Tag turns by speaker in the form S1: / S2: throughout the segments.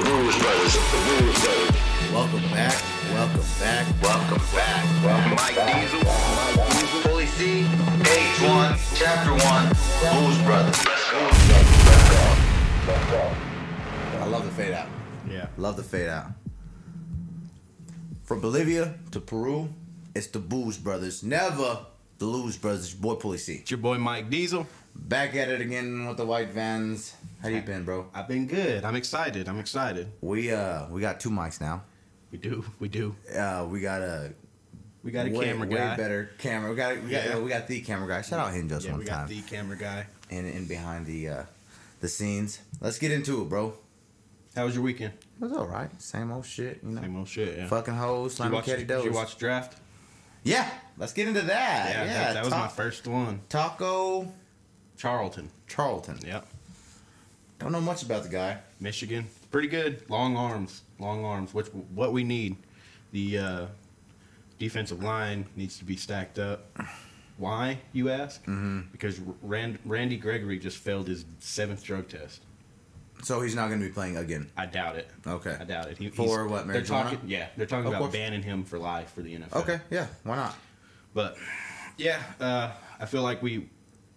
S1: brothers of the Wood Road.
S2: Welcome back. Welcome back.
S1: Welcome back. Welcome Mike Diesel. Holy C. Page 1, Chapter 1. Blues Brothers.
S2: I love the fade out.
S3: Yeah.
S2: Love the fade out. From Bolivia to Peru, it's the Booze Brothers. Never the Lose Brothers. Boy, Police C.
S3: It's your boy Mike Diesel.
S2: Back at it again with the White Vans. How you been, bro?
S3: I've been good. I'm excited. I'm excited.
S2: We uh we got two mics now.
S3: We do. We do.
S2: Uh, we got a
S3: We got a
S2: way,
S3: camera
S2: way
S3: guy.
S2: better camera. We got we got
S3: Yeah.
S2: we got the camera guy. Shout out him just
S3: Yeah,
S2: one
S3: we
S2: time.
S3: got the camera guy.
S2: and and behind the uh the scenes. Let's get into it, bro.
S3: How was your weekend?
S2: It was all right. Same old shit, you know.
S3: Same old shit. Yeah.
S2: Fucking hoes,
S3: Did you,
S2: slamming
S3: watch,
S2: catty
S3: did you
S2: doors.
S3: watch draft?
S2: Yeah, let's get into
S3: Uh,
S2: that. Yeah,
S3: that, that was my
S2: Ta-
S3: first one.
S2: Taco
S3: Charlton.
S2: Charlton.
S3: Yep.
S2: Don't know much about the guy.
S3: Michigan. Pretty good. Long arms. Long arms. Which what we need. The uh, defensive line needs to be stacked up. Why you ask? Mm-hmm. Because Rand, Randy Gregory just failed his seventh drug test.
S2: So he's not going to be playing again.
S3: I doubt it.
S2: Okay.
S3: I doubt it. He,
S2: For
S3: he's-
S2: what,
S3: They're
S2: marijuana?
S3: talking, yeah, they're talking
S2: Of
S3: about
S2: course.
S3: banning him for life for the NFL.
S2: Okay, yeah, why not?
S3: But yeah, uh, I feel like we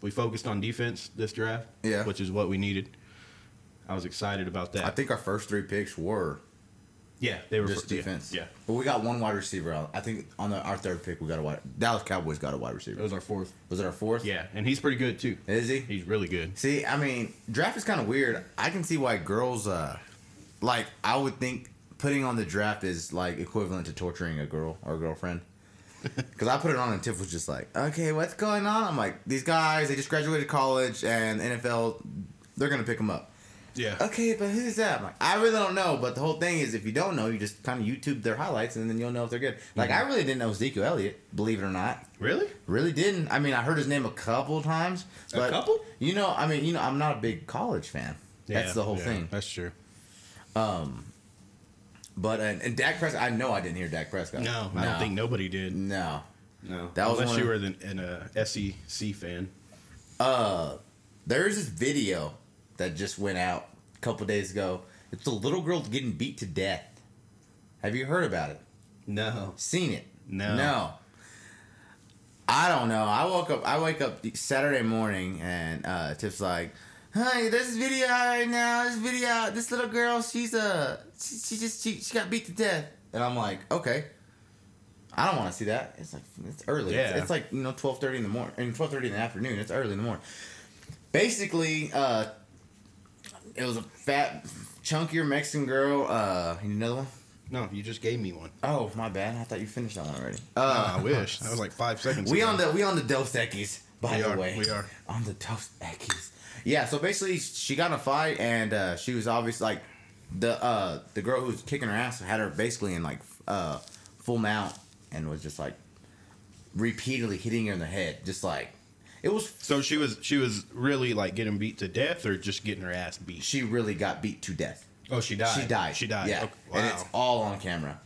S3: we focused on defense this draft.
S2: Yeah.
S3: Which is what we needed. I was excited about that.
S2: I think our first three picks were
S3: yeah, they were
S2: just
S3: yeah,
S2: defense.
S3: Yeah,
S2: But we got one wide receiver out. I think on the, our third pick, we got a wide Dallas Cowboys got a wide
S3: It
S2: receiver.
S3: was our fourth.
S2: Was it our fourth?
S3: Yeah, and he's pretty good too.
S2: Is he?
S3: He's really good.
S2: See, I mean, draft is kind of weird. I can see why girls, uh, like, I would think putting on the draft is like equivalent to torturing a girl or a girlfriend. Because I put it on and Tiff was just like, okay, what's going on? I'm like, these guys, they just graduated college and NFL, they're going to pick them up.
S3: Yeah.
S2: Okay, but who's that? I'm like, I really don't know. But the whole thing is, if you don't know, you just kind of YouTube their highlights and then you'll know if they're good. Like,
S3: Mm-hmm.
S2: I really didn't know Ezekiel Elliott, believe it or not.
S3: Really?
S2: Really didn't. I mean, I heard his name a couple times.
S3: A
S2: But,
S3: couple?
S2: You know, I mean, you know, I'm not a big college fan. That's
S3: Yeah,
S2: the whole
S3: yeah,
S2: thing.
S3: That's true.
S2: But and, and Dak Prescott, I know I didn't hear Dak Prescott.
S3: No, I don't think nobody did.
S2: No.
S3: No,
S2: Uh, That was
S3: unless you
S2: one-
S3: were an, an uh, SEC fan.
S2: There's this video that just went out a couple days ago. It's a little girl getting beat to death. Have you heard about it?
S3: No.
S2: Seen it?
S3: No.
S2: No. I don't know. I woke up. I wake up Saturday morning, and uh, Tiff's like, "Hey, there's this video out right now. This video. out. This little girl. She's uh, she, she just she, she got beat to death." And I'm like, "Okay, I don't want to see that. It's like it's early. It's-
S3: Yeah.
S2: It's, like you know, twelve thirty in the morning, and twelve thirty in the afternoon. It's early in the morning. Basically, uh, it was a fat, chunkier Mexican girl. Uh, you need another one?
S3: No, you just gave me one.
S2: Oh, my bad. I thought you finished that one already.
S3: I wish. That was like five seconds
S2: Uh, We
S3: ago.
S2: on the we on the Dos Equis, by
S3: We
S2: the
S3: are,
S2: way.
S3: we are.
S2: on the Dos Equis. Yeah, so basically she got in a fight and uh, she was obviously like the uh, the girl who was kicking her ass had her basically in like f- uh, full mount and was just like repeatedly hitting her in the head, just like it was.
S3: So she was she was really like getting beat to death or just getting her ass beat.
S2: She really got beat to death.
S3: Oh, she died.
S2: She died.
S3: She died.
S2: Yeah,
S3: Okay.
S2: and it's
S3: Wow.
S2: all on camera.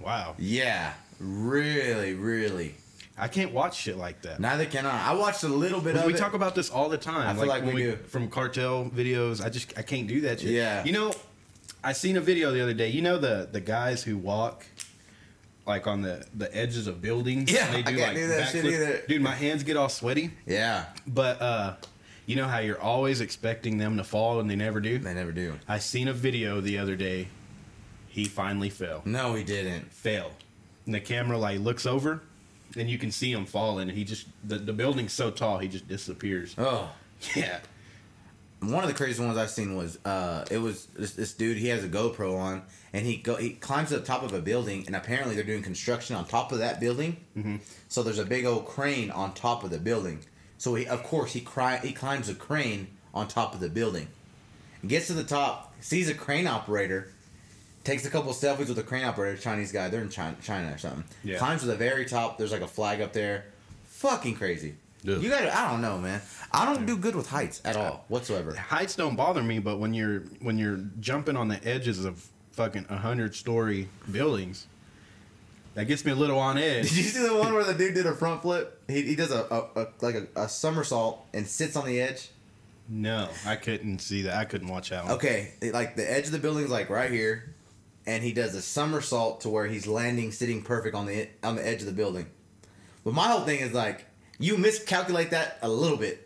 S3: Wow.
S2: Yeah, really, really.
S3: I can't watch shit like that.
S2: Neither can I. I watched a little bit of
S3: we
S2: it.
S3: talk about this all the time.
S2: I feel like
S3: when
S2: we do.
S3: from cartel videos. I just I can't do that shit.
S2: Yeah.
S3: You know, I seen a video the other day. You know the the guys who walk like on the the edges of buildings.
S2: Yeah, I can't do that shit
S3: backflip-
S2: either.
S3: Dude, my hands get all sweaty.
S2: yeah,
S3: But uh, you know how you're always expecting them to fall and they never do.
S2: they never do.
S3: I seen a video the other day. He finally fell.
S2: No, he didn't.
S3: Fail. And the camera like looks over, and you can see him falling. And he just the, the building's so tall, he just disappears.
S2: Oh.
S3: Yeah.
S2: one of the craziest ones I've seen was uh, it was this, this dude. He has a GoPro on, and he go he climbs to the top of a building, and apparently they're doing construction on top of that building. Mm-hmm. So there's a big old crane on top of the building. So he, of course, he cry he climbs a crane on top of the building, gets to the top, sees a crane operator, takes a couple selfies with a crane operator, Chinese guy. They're in China, China or something.
S3: Yeah.
S2: Climbs to the very top. There's like a flag up there. Fucking crazy.
S3: Dude.
S2: You gotta. I don't know, man. I don't do good with heights at all, whatsoever.
S3: Heights don't bother me, but when you're when you're jumping on the edges of fucking a hundred story buildings, that gets me a little on
S2: Did
S3: edge.
S2: you see the one where the dude did a front flip? He, he does a, a, a like a, a somersault and sits on the edge.
S3: No, I couldn't see that. I couldn't watch that one.
S2: Okay, it- like the edge of the building's like right here, and he does a somersault to where he's landing sitting perfect on the on the edge of the building. But my whole thing is like you miscalculate that a little bit.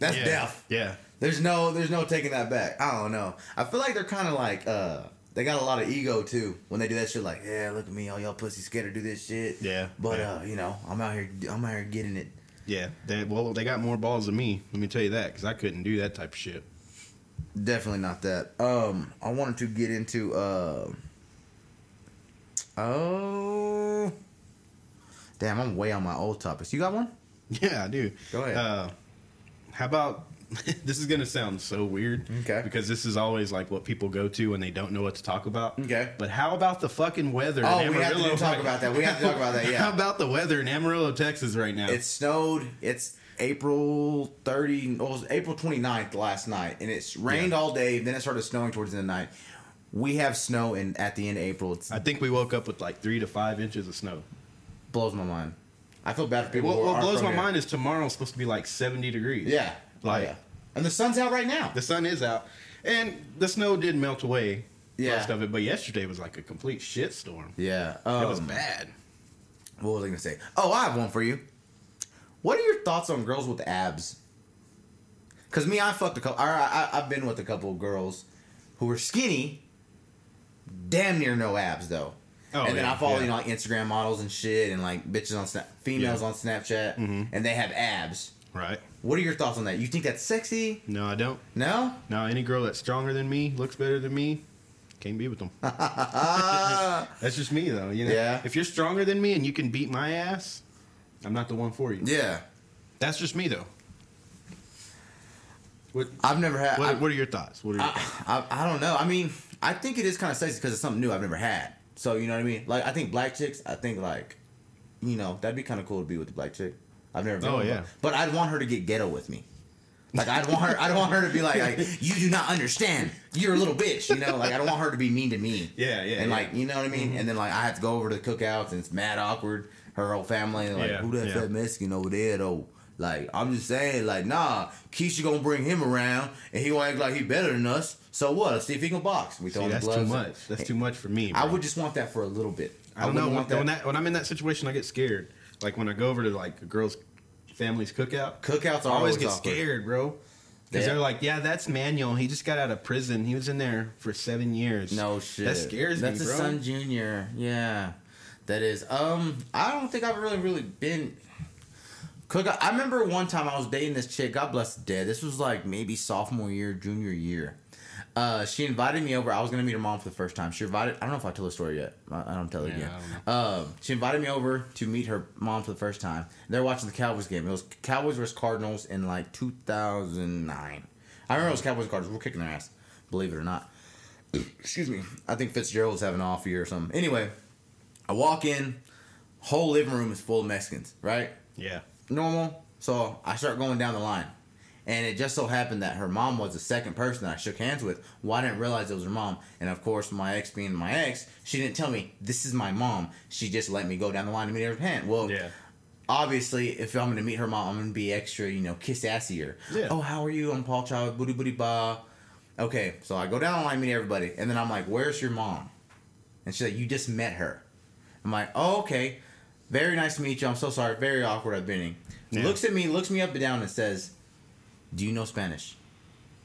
S2: That's
S3: yeah.
S2: death.
S3: Yeah.
S2: There's no there's no taking that back. I don't know. I feel like they're kind of like uh they got a lot of ego too when they do that shit. Like yeah, look at me, all y'all pussy scared to do this shit.
S3: Yeah,
S2: But
S3: yeah.
S2: uh, you know, I'm out here I'm out here getting it.
S3: Yeah. They, well, they got more balls than me. Let me tell you that because I couldn't do that type of shit.
S2: Definitely not that. Um, I wanted to get into uh oh damn, I'm way on my old topics. You got one?
S3: Yeah, I do.
S2: Go ahead.
S3: Uh, how about this is gonna sound so weird.
S2: Okay.
S3: Because this is always like what people go to when they don't know what to talk about.
S2: Okay.
S3: But how about the fucking weather?
S2: Oh,
S3: in
S2: we have to
S3: Amarillo?
S2: do- talk about that. We have to talk about that, yeah.
S3: how about the weather in Amarillo, Texas, right now?
S2: It snowed. It's April 30, well, it was April 29th last night, and it's rained all day. Then it started snowing towards the end of the night. We have snow, and at the end of April, it's,
S3: I
S2: it
S3: think we woke up with like three to five inches of snow.
S2: blows my mind. I feel bad for people.
S3: What,
S2: who
S3: what
S2: aren't
S3: blows
S2: from
S3: my
S2: here.
S3: mind is tomorrow's supposed to be like seventy degrees.
S2: Yeah, Oh,
S3: Like-
S2: yeah. and the sun's out right now.
S3: The sun is out, and the snow did melt away
S2: Yeah.
S3: most of it. But yesterday was like a complete shitstorm.
S2: Yeah, um,
S3: It was bad.
S2: What was I gonna say? Oh, I have one for you. What are your thoughts on girls with abs? Cause me, I fucked a couple. Or I, I, I've been with a couple of girls who were skinny, damn near no abs though.
S3: Oh,
S2: and then
S3: yeah,
S2: I follow
S3: yeah.
S2: you know like Instagram models and shit, and like bitches on Snap, females
S3: Yeah. Mm-hmm.
S2: on Snapchat, and they have abs.
S3: Right?
S2: What are your thoughts on that? You think that's sexy?
S3: No, I don't.
S2: No.
S3: No, any girl that's stronger than me, looks better than me, can't be with them.
S2: Ah.
S3: That's just me though. You know,
S2: Yeah.
S3: if you're stronger than me and you can beat my ass, I'm not the one for you.
S2: yeah.
S3: That's just me though. What?
S2: I've never had.
S3: What,
S2: I-
S3: what are your thoughts? What are your thoughts?
S2: I, I don't know. I mean, I think it is kind of sexy because it's something new I've never had. So you know what I mean? Like I think black chicks. I think like, you know, that'd be kind of cool to be with a black chick. I've never. Been
S3: Oh,
S2: with
S3: yeah.
S2: one. But I'd want her to get ghetto with me. Like I'd want her. I'd want her to be like, like, you do not understand. You're a little bitch. You know, like I don't want her to be mean to me.
S3: Yeah, yeah, Mm-hmm.
S2: And
S3: yeah.
S2: like you know what I mean. And then like I have to go over to the cookouts and it's mad awkward. Her whole family and like
S3: Yeah,
S2: who that
S3: yeah.
S2: fat Mexican over there though. Like I'm just saying, like nah, Keisha gonna bring him around and he gonna act like he better than us. So what? Let's see if he can box. We throw
S3: See,
S2: him
S3: that's
S2: gloves.
S3: too much. That's too much for me.
S2: I
S3: bro.
S2: would just want that for a little bit.
S3: I don't
S2: wouldn't
S3: know. When,
S2: want that.
S3: when that when I'm in that situation, I get scared. Like when I go over to like a girl's family's cookout,
S2: Cookouts
S3: I
S2: are always,
S3: always get
S2: awkward.
S3: scared, bro. Because
S2: Yeah.
S3: they're like, yeah, that's Manuel. He just got out of prison. He was in there for seven years.
S2: No shit.
S3: That scares
S2: That's
S3: me,
S2: his
S3: bro.
S2: son junior. Yeah. That is. Um, I don't think I've really, really been cook I remember one time I was dating this chick, God bless the dead. This was like maybe sophomore year, junior year. Uh, she invited me over. I was gonna meet her mom for the first time. She invited. I don't know if I tell the story yet. I, I don't tell it
S3: Yeah,
S2: yet.
S3: I don't
S2: Um, she invited me over to meet her mom for the first time. They're watching the Cowboys game. It was Cowboys versus Cardinals in like 2009. I remember it was Cowboys Cardinals. We're kicking their ass, believe it or not. Excuse me. I think Fitzgerald's having an off year or something. Anyway, I walk in. Whole living room is full of Mexicans. Right
S3: Yeah.
S2: normal. So I start going down the line. And it just so happened that her mom was the second person that I shook hands with. Well, I didn't realize it was her mom. And of course, my ex being my ex, she didn't tell me, this is my mom. She just let me go down the line to meet her hand. Well,
S3: Yeah.
S2: obviously, if I'm going to meet her mom, I'm going to be extra, you know, kiss assier.
S3: Yeah.
S2: Oh, how are you? I'm Paul Child, booty booty ba. Okay, so I go down the line, meet everybody. And then I'm like, where's your mom? And she's like, you just met her. I'm like, oh, okay. Very nice to meet you. I'm so sorry. Very awkward I've been in.
S3: Yeah.
S2: Looks at me, looks me up and down, and says, "Do you know Spanish?"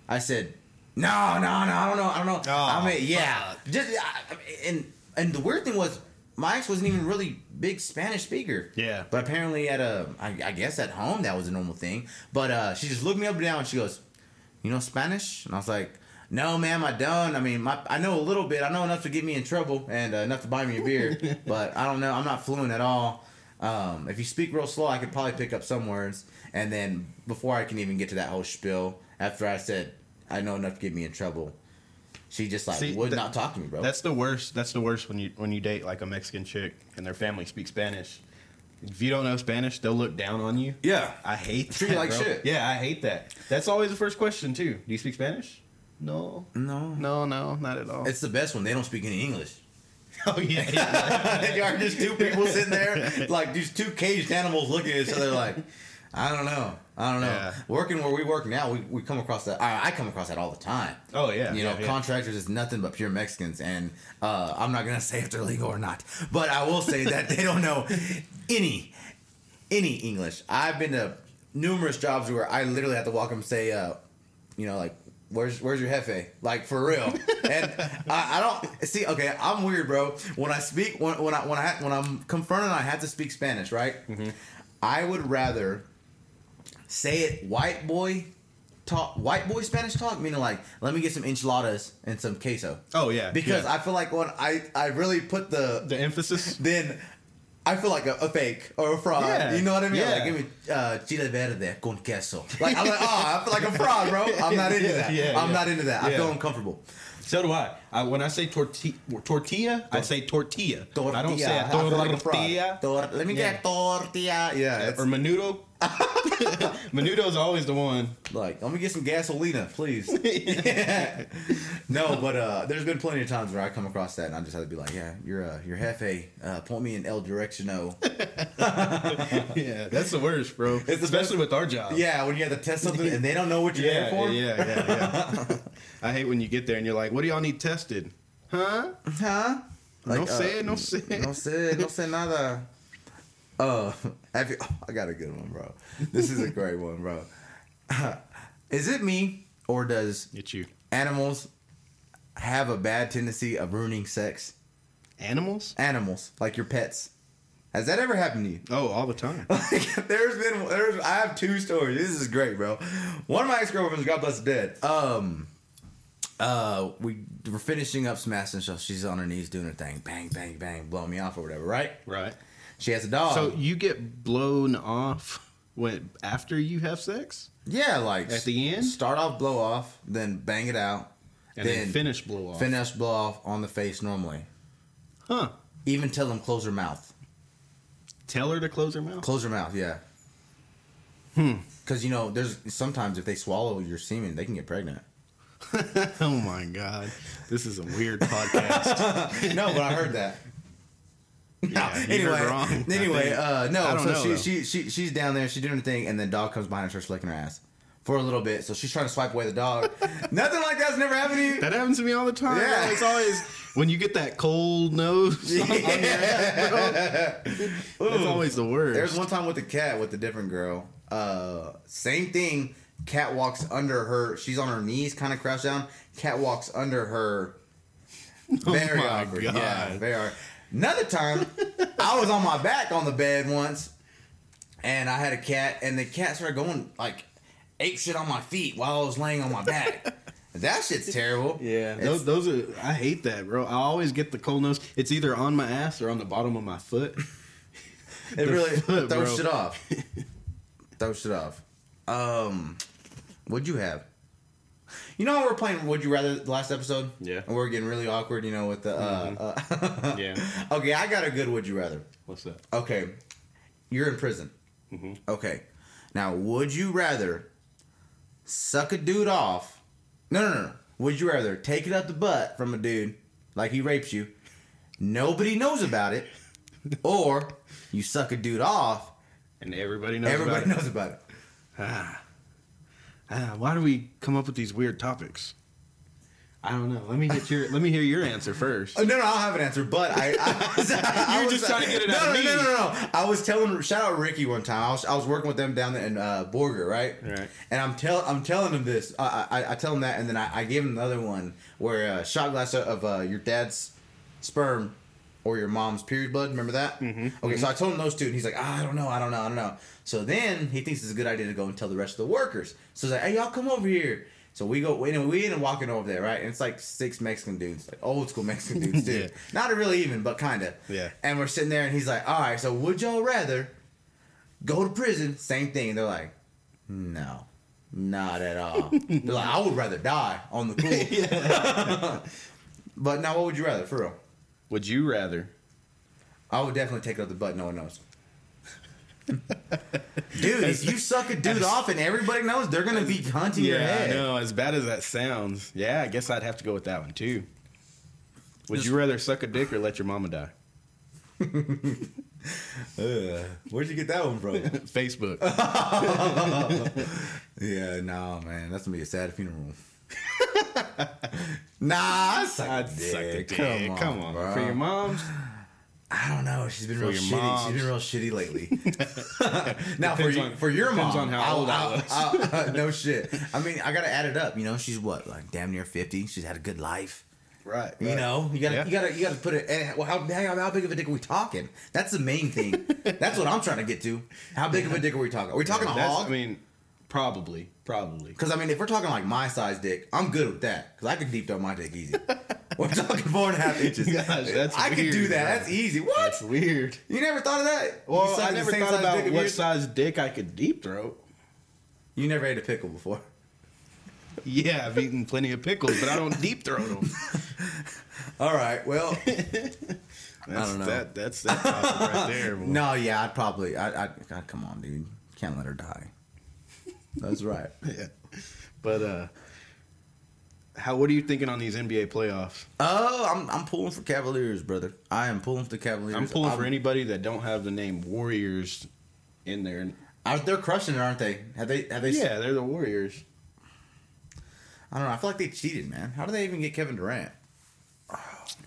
S2: I said, "No, no, no. I don't know. I don't know.
S3: Oh,
S2: I mean, yeah. Just I, I- and and the weird thing was, my ex wasn't even really big Spanish speaker.
S3: Yeah.
S2: But apparently at a, I, I guess at home that was a normal thing. But uh, she just looked me up and down, and she goes, "You know Spanish?" And I was like. No, ma'am, I don't. I mean, my, I know a little bit. I know enough to get me in trouble and uh, enough to buy me a beer, but I don't know. I'm not fluent at all. Um, if you speak real slow, I could probably pick up some words. And then before I can even get to that whole spiel, after I said, I know enough to get me in trouble, she just like
S3: See,
S2: would
S3: that-
S2: not talk to me, bro.
S3: That's the worst. That's the worst when you when you date like a Mexican chick and their family speaks Spanish. If you don't know Spanish, they'll look down on you.
S2: yeah.
S3: I hate
S2: Treat
S3: that,
S2: you like
S3: bro.
S2: shit.
S3: Yeah, I hate that. That's always the first question too. Do you speak Spanish? No.
S2: No.
S3: No, no, not at all.
S2: It's the best when they don't speak any English.
S3: oh yeah. yeah.
S2: there are just two people sitting there, like these two caged animals looking at each other, like, I don't know. I don't know.
S3: Yeah.
S2: Working where we work now, we, we come across that. I, I come across that all the time.
S3: Oh, yeah,
S2: You
S3: yeah,
S2: know,
S3: yeah.
S2: contractors is nothing but pure Mexicans, and uh, I'm not gonna say if they're legal or not, but I will say that they don't know any any English. I've been to numerous jobs where I literally have to walk up and say, uh, you know, like. Where's where's your jefe? Like for real, and I, I don't see. Okay, I'm weird, bro. When I speak, when, when I when I when I'm confronted, I have to speak Spanish, right?
S3: Mm-hmm.
S2: I would rather say it white boy talk white boy Spanish talk, meaning like, let me get some enchiladas and some queso.
S3: Oh yeah,
S2: Because
S3: yeah.
S2: I feel like when I, I really put the,
S3: the emphasis.
S2: then I feel like a, a fake or a fraud.
S3: Yeah,
S2: You know what I mean?
S3: yeah.
S2: Like give me uh, chile verde con queso. Like I'm like, oh, I feel like a fraud, bro. I'm not into
S3: Yeah,
S2: that.
S3: yeah,
S2: I'm
S3: yeah.
S2: not into that. I
S3: Yeah.
S2: feel uncomfortable.
S3: So do I. I when I say torti- tortilla, I say tortilla.
S2: Tortilla.
S3: I don't say
S2: I feel like a
S3: tortilla
S2: fraud. Tor- let me
S3: Yeah.
S2: get tortilla. Yeah. It's
S3: or menudo. menudo is always the one.
S2: Like, let me get some gasolina, please. Yeah. No, but uh, there's been plenty of times where I come across that and I just have to be like, yeah, you're uh, you're jefe. Uh, point me in El Directiono.
S3: yeah, that's the worst, bro.
S2: the best-
S3: Especially with our job.
S2: yeah, when you have to test something and they don't know what you're there
S3: Yeah,
S2: for.
S3: yeah, yeah, yeah. I hate when you get there and you're like, "What do y'all need tested?" Huh?
S2: Huh? Like,
S3: no
S2: uh,
S3: say, no say.
S2: No sé, no sé nada. Uh, have you, oh, I got a good one, bro. This is a great one, bro. is it me or does
S3: It's you.
S2: animals have a bad tendency of ruining sex?
S3: Animals?
S2: animals, like your pets. Has that ever happened to you?
S3: Oh, all the time.
S2: Like, there's been there's I have two stories. This is great, bro. One of my ex girlfriends, God bless her dead. Um, uh, we were finishing up smashing stuff. She's on her knees doing her thing, bang, bang, bang, blowing me off or whatever. Right?
S3: right.
S2: She has a dog.
S3: So you get blown off when after you have sex,
S2: yeah, like
S3: At the end?
S2: start off blow off, then bang it out,
S3: and then, finish blow off.
S2: finish blow off on the face normally.
S3: Huh?
S2: Even tell them close her mouth.
S3: Tell her to close her mouth.
S2: Close your mouth, yeah. Hmm.
S3: Hmm.
S2: Because you know, there's sometimes if they swallow your semen, they can get pregnant.
S3: oh my god, this is a weird podcast.
S2: no, but I heard that.
S3: Yeah, you heard
S2: anyway,
S3: wrong, I
S2: anyway,
S3: think.
S2: uh, no.
S3: I don't
S2: so
S3: know,
S2: she,
S3: though.
S2: she she she's down there, she's doing her thing, and the dog comes behind and starts licking her ass for a little bit. So she's trying to swipe away the dog. Nothing like that's never happened to you.
S3: That happens to me all the time.
S2: Yeah.
S3: bro. It's always when you get that cold nose. on your ass, bro. That's always the worst.
S2: There's one time with the cat with a different girl. Uh, same thing. Cat walks under her. She's on her knees, kind of crouched down. Cat walks under her. Very
S3: Oh my
S2: awkward. Yeah,
S3: God.
S2: very awkward. Another time, I was on my back on the bed once, and I had a cat, and the cat started going like ape shit on my feet while I was laying on my back. that shit's terrible.
S3: Yeah,
S2: It's-
S3: those, those are. I hate that, bro. I always get the cold nose. It's either on my ass or on the bottom of my foot.
S2: It really
S3: foot,
S2: throws
S3: bro.
S2: shit off. throws shit off. Um, what'd you have? You know how we were playing Would You Rather the last episode?
S3: Yeah.
S2: And
S3: Mm-hmm.
S2: we were getting really awkward, you know, with the. Uh, uh,
S3: Yeah.
S2: Okay, I got a good Would You Rather.
S3: What's that?
S2: Okay. You're in prison.
S3: Mm-hmm.
S2: Okay. Now, would you rather suck a dude off? No, no, no, no. Would you rather take it up the butt from a dude like he rapes you? Nobody knows about it. Or you suck a dude off,
S3: And everybody knows.
S2: everybody
S3: about it.
S2: knows about it.
S3: Ah. ah, why do we come up with these weird topics? I don't know. Let me get your. let me hear your answer first.
S2: Oh, no, no, I'll have an answer, but I. I, was- I
S3: You're
S2: was-
S3: just trying to get it
S2: no,
S3: out
S2: no,
S3: of
S2: No,
S3: me.
S2: no, no, no. I was telling, shout out Ricky one time. I was, I was working with them down there in uh, Borger, right?
S3: Right.
S2: And I'm tell, I'm telling him this. I, I, I tell him that, and then I, I gave him another one where uh, shot glass of uh, your dad's sperm or your mom's period blood. Remember that? Mm-hmm. Okay, so I told him those two, and he's like, "Ah, I don't know, I don't know, I don't know. So then he thinks it's a good idea to go and tell the rest of the workers. So he's like, hey, y'all come over here. So we go, and we end up walking over there, right? And it's like six Mexican dudes, like old school Mexican dudes, too.
S3: Yeah.
S2: Not really even, but kind of.
S3: Yeah.
S2: And we're sitting there, and he's like, all right, so would y'all rather go to prison? Same thing. And they're like, no. Not at all. They're like, I would rather die on the cool. but now, what would you rather, for real?
S3: Would you rather?
S2: I would definitely take it up the butt. No one knows. dude, if you suck a dude off and everybody knows, they're gonna be hunting your
S3: Yeah, I
S2: head.
S3: know. As bad as that sounds, yeah, I guess I'd have to go with that one too. Would
S2: Just-
S3: you rather suck a dick or let your mama die?
S2: Ugh. Where'd you get that one from?
S3: Facebook.
S2: yeah, no, man, that's gonna be a sad funeral. nah, I suck
S3: I'd
S2: dick.
S3: suck the dick.
S2: Come on, come on bro.
S3: For your mom's,
S2: I don't know. She's been
S3: For
S2: real
S3: your
S2: shitty.
S3: mom's.
S2: She's been real shitty lately. now for
S3: Depends
S2: you,
S3: on-
S2: for your
S3: depends
S2: mom,
S3: on how old I was.
S2: I- no shit. I mean, I gotta add it up. You know, she's what like damn near fifty. She's had a good life.
S3: right?
S2: You know, you gotta
S3: Yeah.
S2: you gotta you gotta put it. eh, Well, how, how how big of a dick are we talking? That's the main thing. That's what I'm trying to get to. How big of a dick are we talking? Are we talking a
S3: That's-
S2: hog?
S3: I mean, probably, probably.
S2: Because I mean, if we're talking like my size dick, I'm good with that. Because I can deep throw my dick easy. we're talking four and a half inches.
S3: Gosh, that's
S2: I can
S3: weird,
S2: do that.
S3: bro.
S2: That's easy. What?
S3: That's weird.
S2: you never thought of that? You
S3: Well,
S2: suck
S3: I
S2: the
S3: never
S2: same
S3: thought
S2: size
S3: about
S2: dick of
S3: what
S2: yours?
S3: size dick I could deep throat.
S2: You never ate a pickle before.
S3: Yeah, I've eaten plenty of pickles, but I don't deep throat them.
S2: All right. Well,
S3: That's,
S2: don't know.
S3: That, that's that topic right there. boy.
S2: no, yeah, I'd probably. I, I, God, come on, dude. Can't let her die. That's right.
S3: Yeah. But uh, how? What are you thinking on these NBA playoffs?
S2: Oh, I'm I'm pulling for Cavaliers, brother. I am pulling for the Cavaliers.
S3: I'm pulling for anybody that don't have the name Warriors in there.
S2: I, they're crushing it, aren't they? Have they? Have they?
S3: Yeah, they're the Warriors.
S2: I don't know. I feel like they cheated, man. How do they even get Kevin Durant?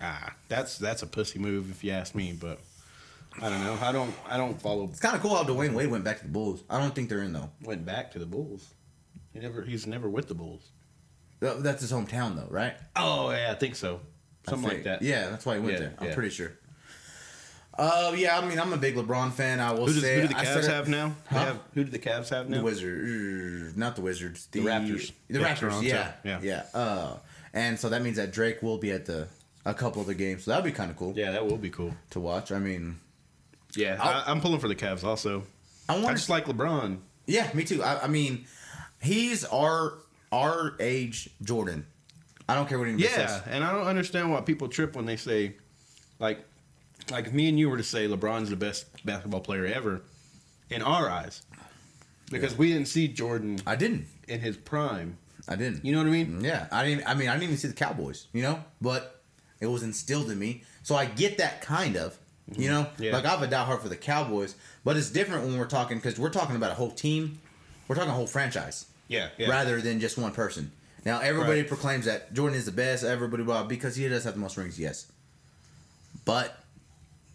S3: Ah, that's that's a pussy move if you ask me. But I don't know. I don't I don't follow.
S2: It's kind of cool how Dwayne Wade went back to the Bulls. I don't think they're in though.
S3: Went back to the Bulls. He never. He's never with the Bulls.
S2: Th- That's his hometown though, right?
S3: Oh yeah, I think so.
S2: I
S3: Something like
S2: think.
S3: that.
S2: Yeah, that's why he went
S3: Yeah,
S2: there. I'm
S3: yeah.
S2: pretty sure. Uh, yeah. I mean, I'm a big LeBron fan. I will
S3: Who, does,
S2: say.
S3: who do the
S2: I
S3: Cavs
S2: said-
S3: have now? They
S2: Huh?
S3: have, who do the Cavs have
S2: The
S3: now?
S2: Wizards, not the Wizards, the,
S3: Raptors.
S2: the
S3: Yeah,
S2: Raptors,
S3: Toronto.
S2: yeah,
S3: Yeah.
S2: yeah, Uh, and so that means that Drake will be at the a couple of the games, so that'll be kind of cool
S3: Yeah, that will be cool.
S2: to watch. I mean,
S3: Yeah,
S2: I'll-
S3: I, I'm pulling for the Cavs also.
S2: I
S3: I
S2: want
S3: just
S2: to.
S3: like LeBron.
S2: Yeah, me too. I, I mean, he's our our age Jordan. I don't care what anybody
S3: Yeah,
S2: says.
S3: and I don't understand why people trip when they say, like, like if me and you were to say LeBron's the best basketball player ever, in our eyes, because we didn't see Jordan
S2: I didn't.
S3: in his prime.
S2: I didn't.
S3: You know what I mean?
S2: Yeah, I didn't. I mean, I didn't even see the Cowboys, you know, but it was instilled in me, so I get that kind of, you know,
S3: Mm-hmm. Yeah.
S2: like I have a diehard for the Cowboys, but it's different when we're talking because we're talking about a whole team, we're talking a whole franchise,
S3: Yeah, yeah.
S2: rather than just one person. Now everybody
S3: Right.
S2: proclaims that Jordan is the best, everybody blah, because he does have the most rings, yes, but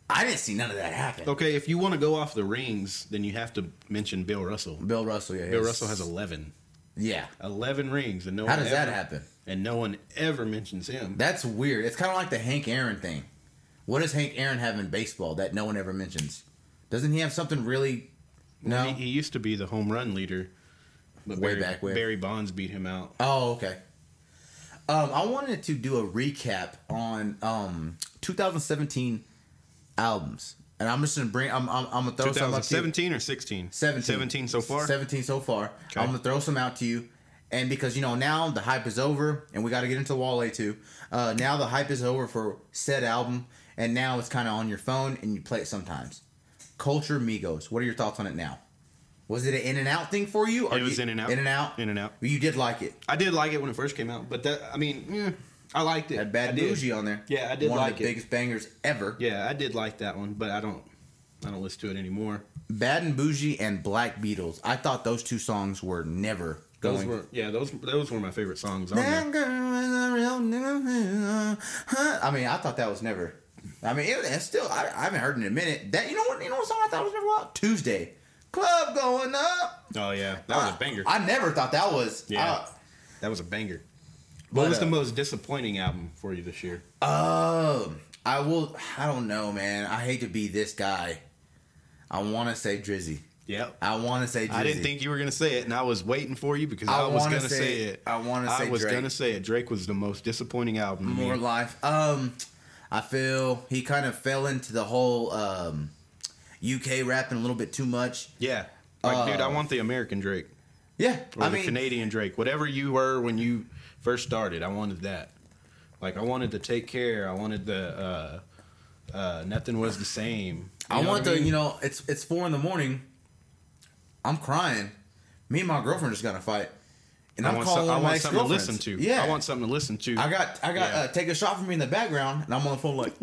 S2: I didn't see none of that happen.
S3: Okay, if you want to go off the rings, then you have to mention Bill Russell.
S2: Bill Russell, yeah,
S3: Bill
S2: yes.
S3: Russell has eleven.
S2: yeah.
S3: 11 rings and no
S2: How
S3: one
S2: does that
S3: ever-
S2: happen?
S3: and no one ever mentions him
S2: That's weird. It's kind of like the Hank Aaron thing. What does Hank Aaron have in baseball that no one ever mentions? Doesn't he have something really? No.
S3: he, he used to be the home run leader but
S2: Way
S3: barry,
S2: back when.
S3: barry bonds beat him out
S2: Oh, okay. Um, I wanted to do a recap on um 2017 albums, and I'm just gonna bring. I'm I'm, I'm gonna throw some up to you.
S3: 2017 or 16
S2: 17.
S3: 17 so far
S2: 17 so far. I'm going to throw some out to you. And because, you know, now the hype is over and we got to get into Wale too. Uh, now the hype is over for said album. And now it's kind of on your phone and you play it sometimes. Culture Migos. What are your thoughts on it now? Was it an in and out thing for you?
S3: It was
S2: you-
S3: in and out.
S2: In and out?
S3: In and out.
S2: You did like it.
S3: i did like it when it first came out but that i mean yeah, i liked it
S2: Had
S3: I
S2: Bad
S3: did.
S2: Bougie on there.
S3: Yeah, I did
S2: One
S3: like
S2: of
S3: it.
S2: the biggest bangers ever.
S3: yeah i did like that one but i don't i don't listen to it anymore
S2: Bad and Bougie and Black Beatles. I thought those two songs were never
S3: those
S2: going
S3: were yeah those those were my favorite songs on
S2: That
S3: there.
S2: girl is a real nigga, huh? I mean, I thought that was never. I mean, it, it's still. I, I haven't heard it in a minute. That you know what? You know what song I thought was never out? Tuesday, club going up.
S3: oh yeah that was a banger
S2: Ah. I, I never thought that was.
S3: Yeah.
S2: uh,
S3: that was a banger
S2: But,
S3: what was
S2: uh,
S3: the most disappointing album for you this year
S2: Um, I will. I don't know, man. I hate to be this guy. I want to say Drizzy.
S3: yeah
S2: I want to say. Drizzy.
S3: I didn't think you were gonna say it, and I was waiting for you because I,
S2: I
S3: was
S2: wanna
S3: gonna say,
S2: say-
S3: it.
S2: I wanna say
S3: I was
S2: Drake.
S3: gonna say it. Drake was the most disappointing album. to me.
S2: more life. Um, I feel he kind of fell into the whole um, UK rapping a little bit too much.
S3: yeah, like dude, I
S2: Uh,
S3: want the American Drake
S2: Yeah,
S3: or
S2: I
S3: the
S2: mean,
S3: Canadian Drake, whatever you were when you first started. I wanted that. Like I wanted to take care. I wanted the uh, uh, nothing was the same. You
S2: I
S3: know
S2: want
S3: what
S2: to,
S3: mean?
S2: you know, it's it's four in the morning. I'm crying. Me and my girlfriend just got in a fight, And
S3: I
S2: I'm
S3: want,
S2: calling
S3: some-
S2: one
S3: I
S2: of my
S3: want something to
S2: ex-girlfriends.
S3: listen to.
S2: Yeah,
S3: I want something to listen to.
S2: I got I got
S3: Yeah.
S2: uh, take a shot from me in the background, and I'm on the phone like,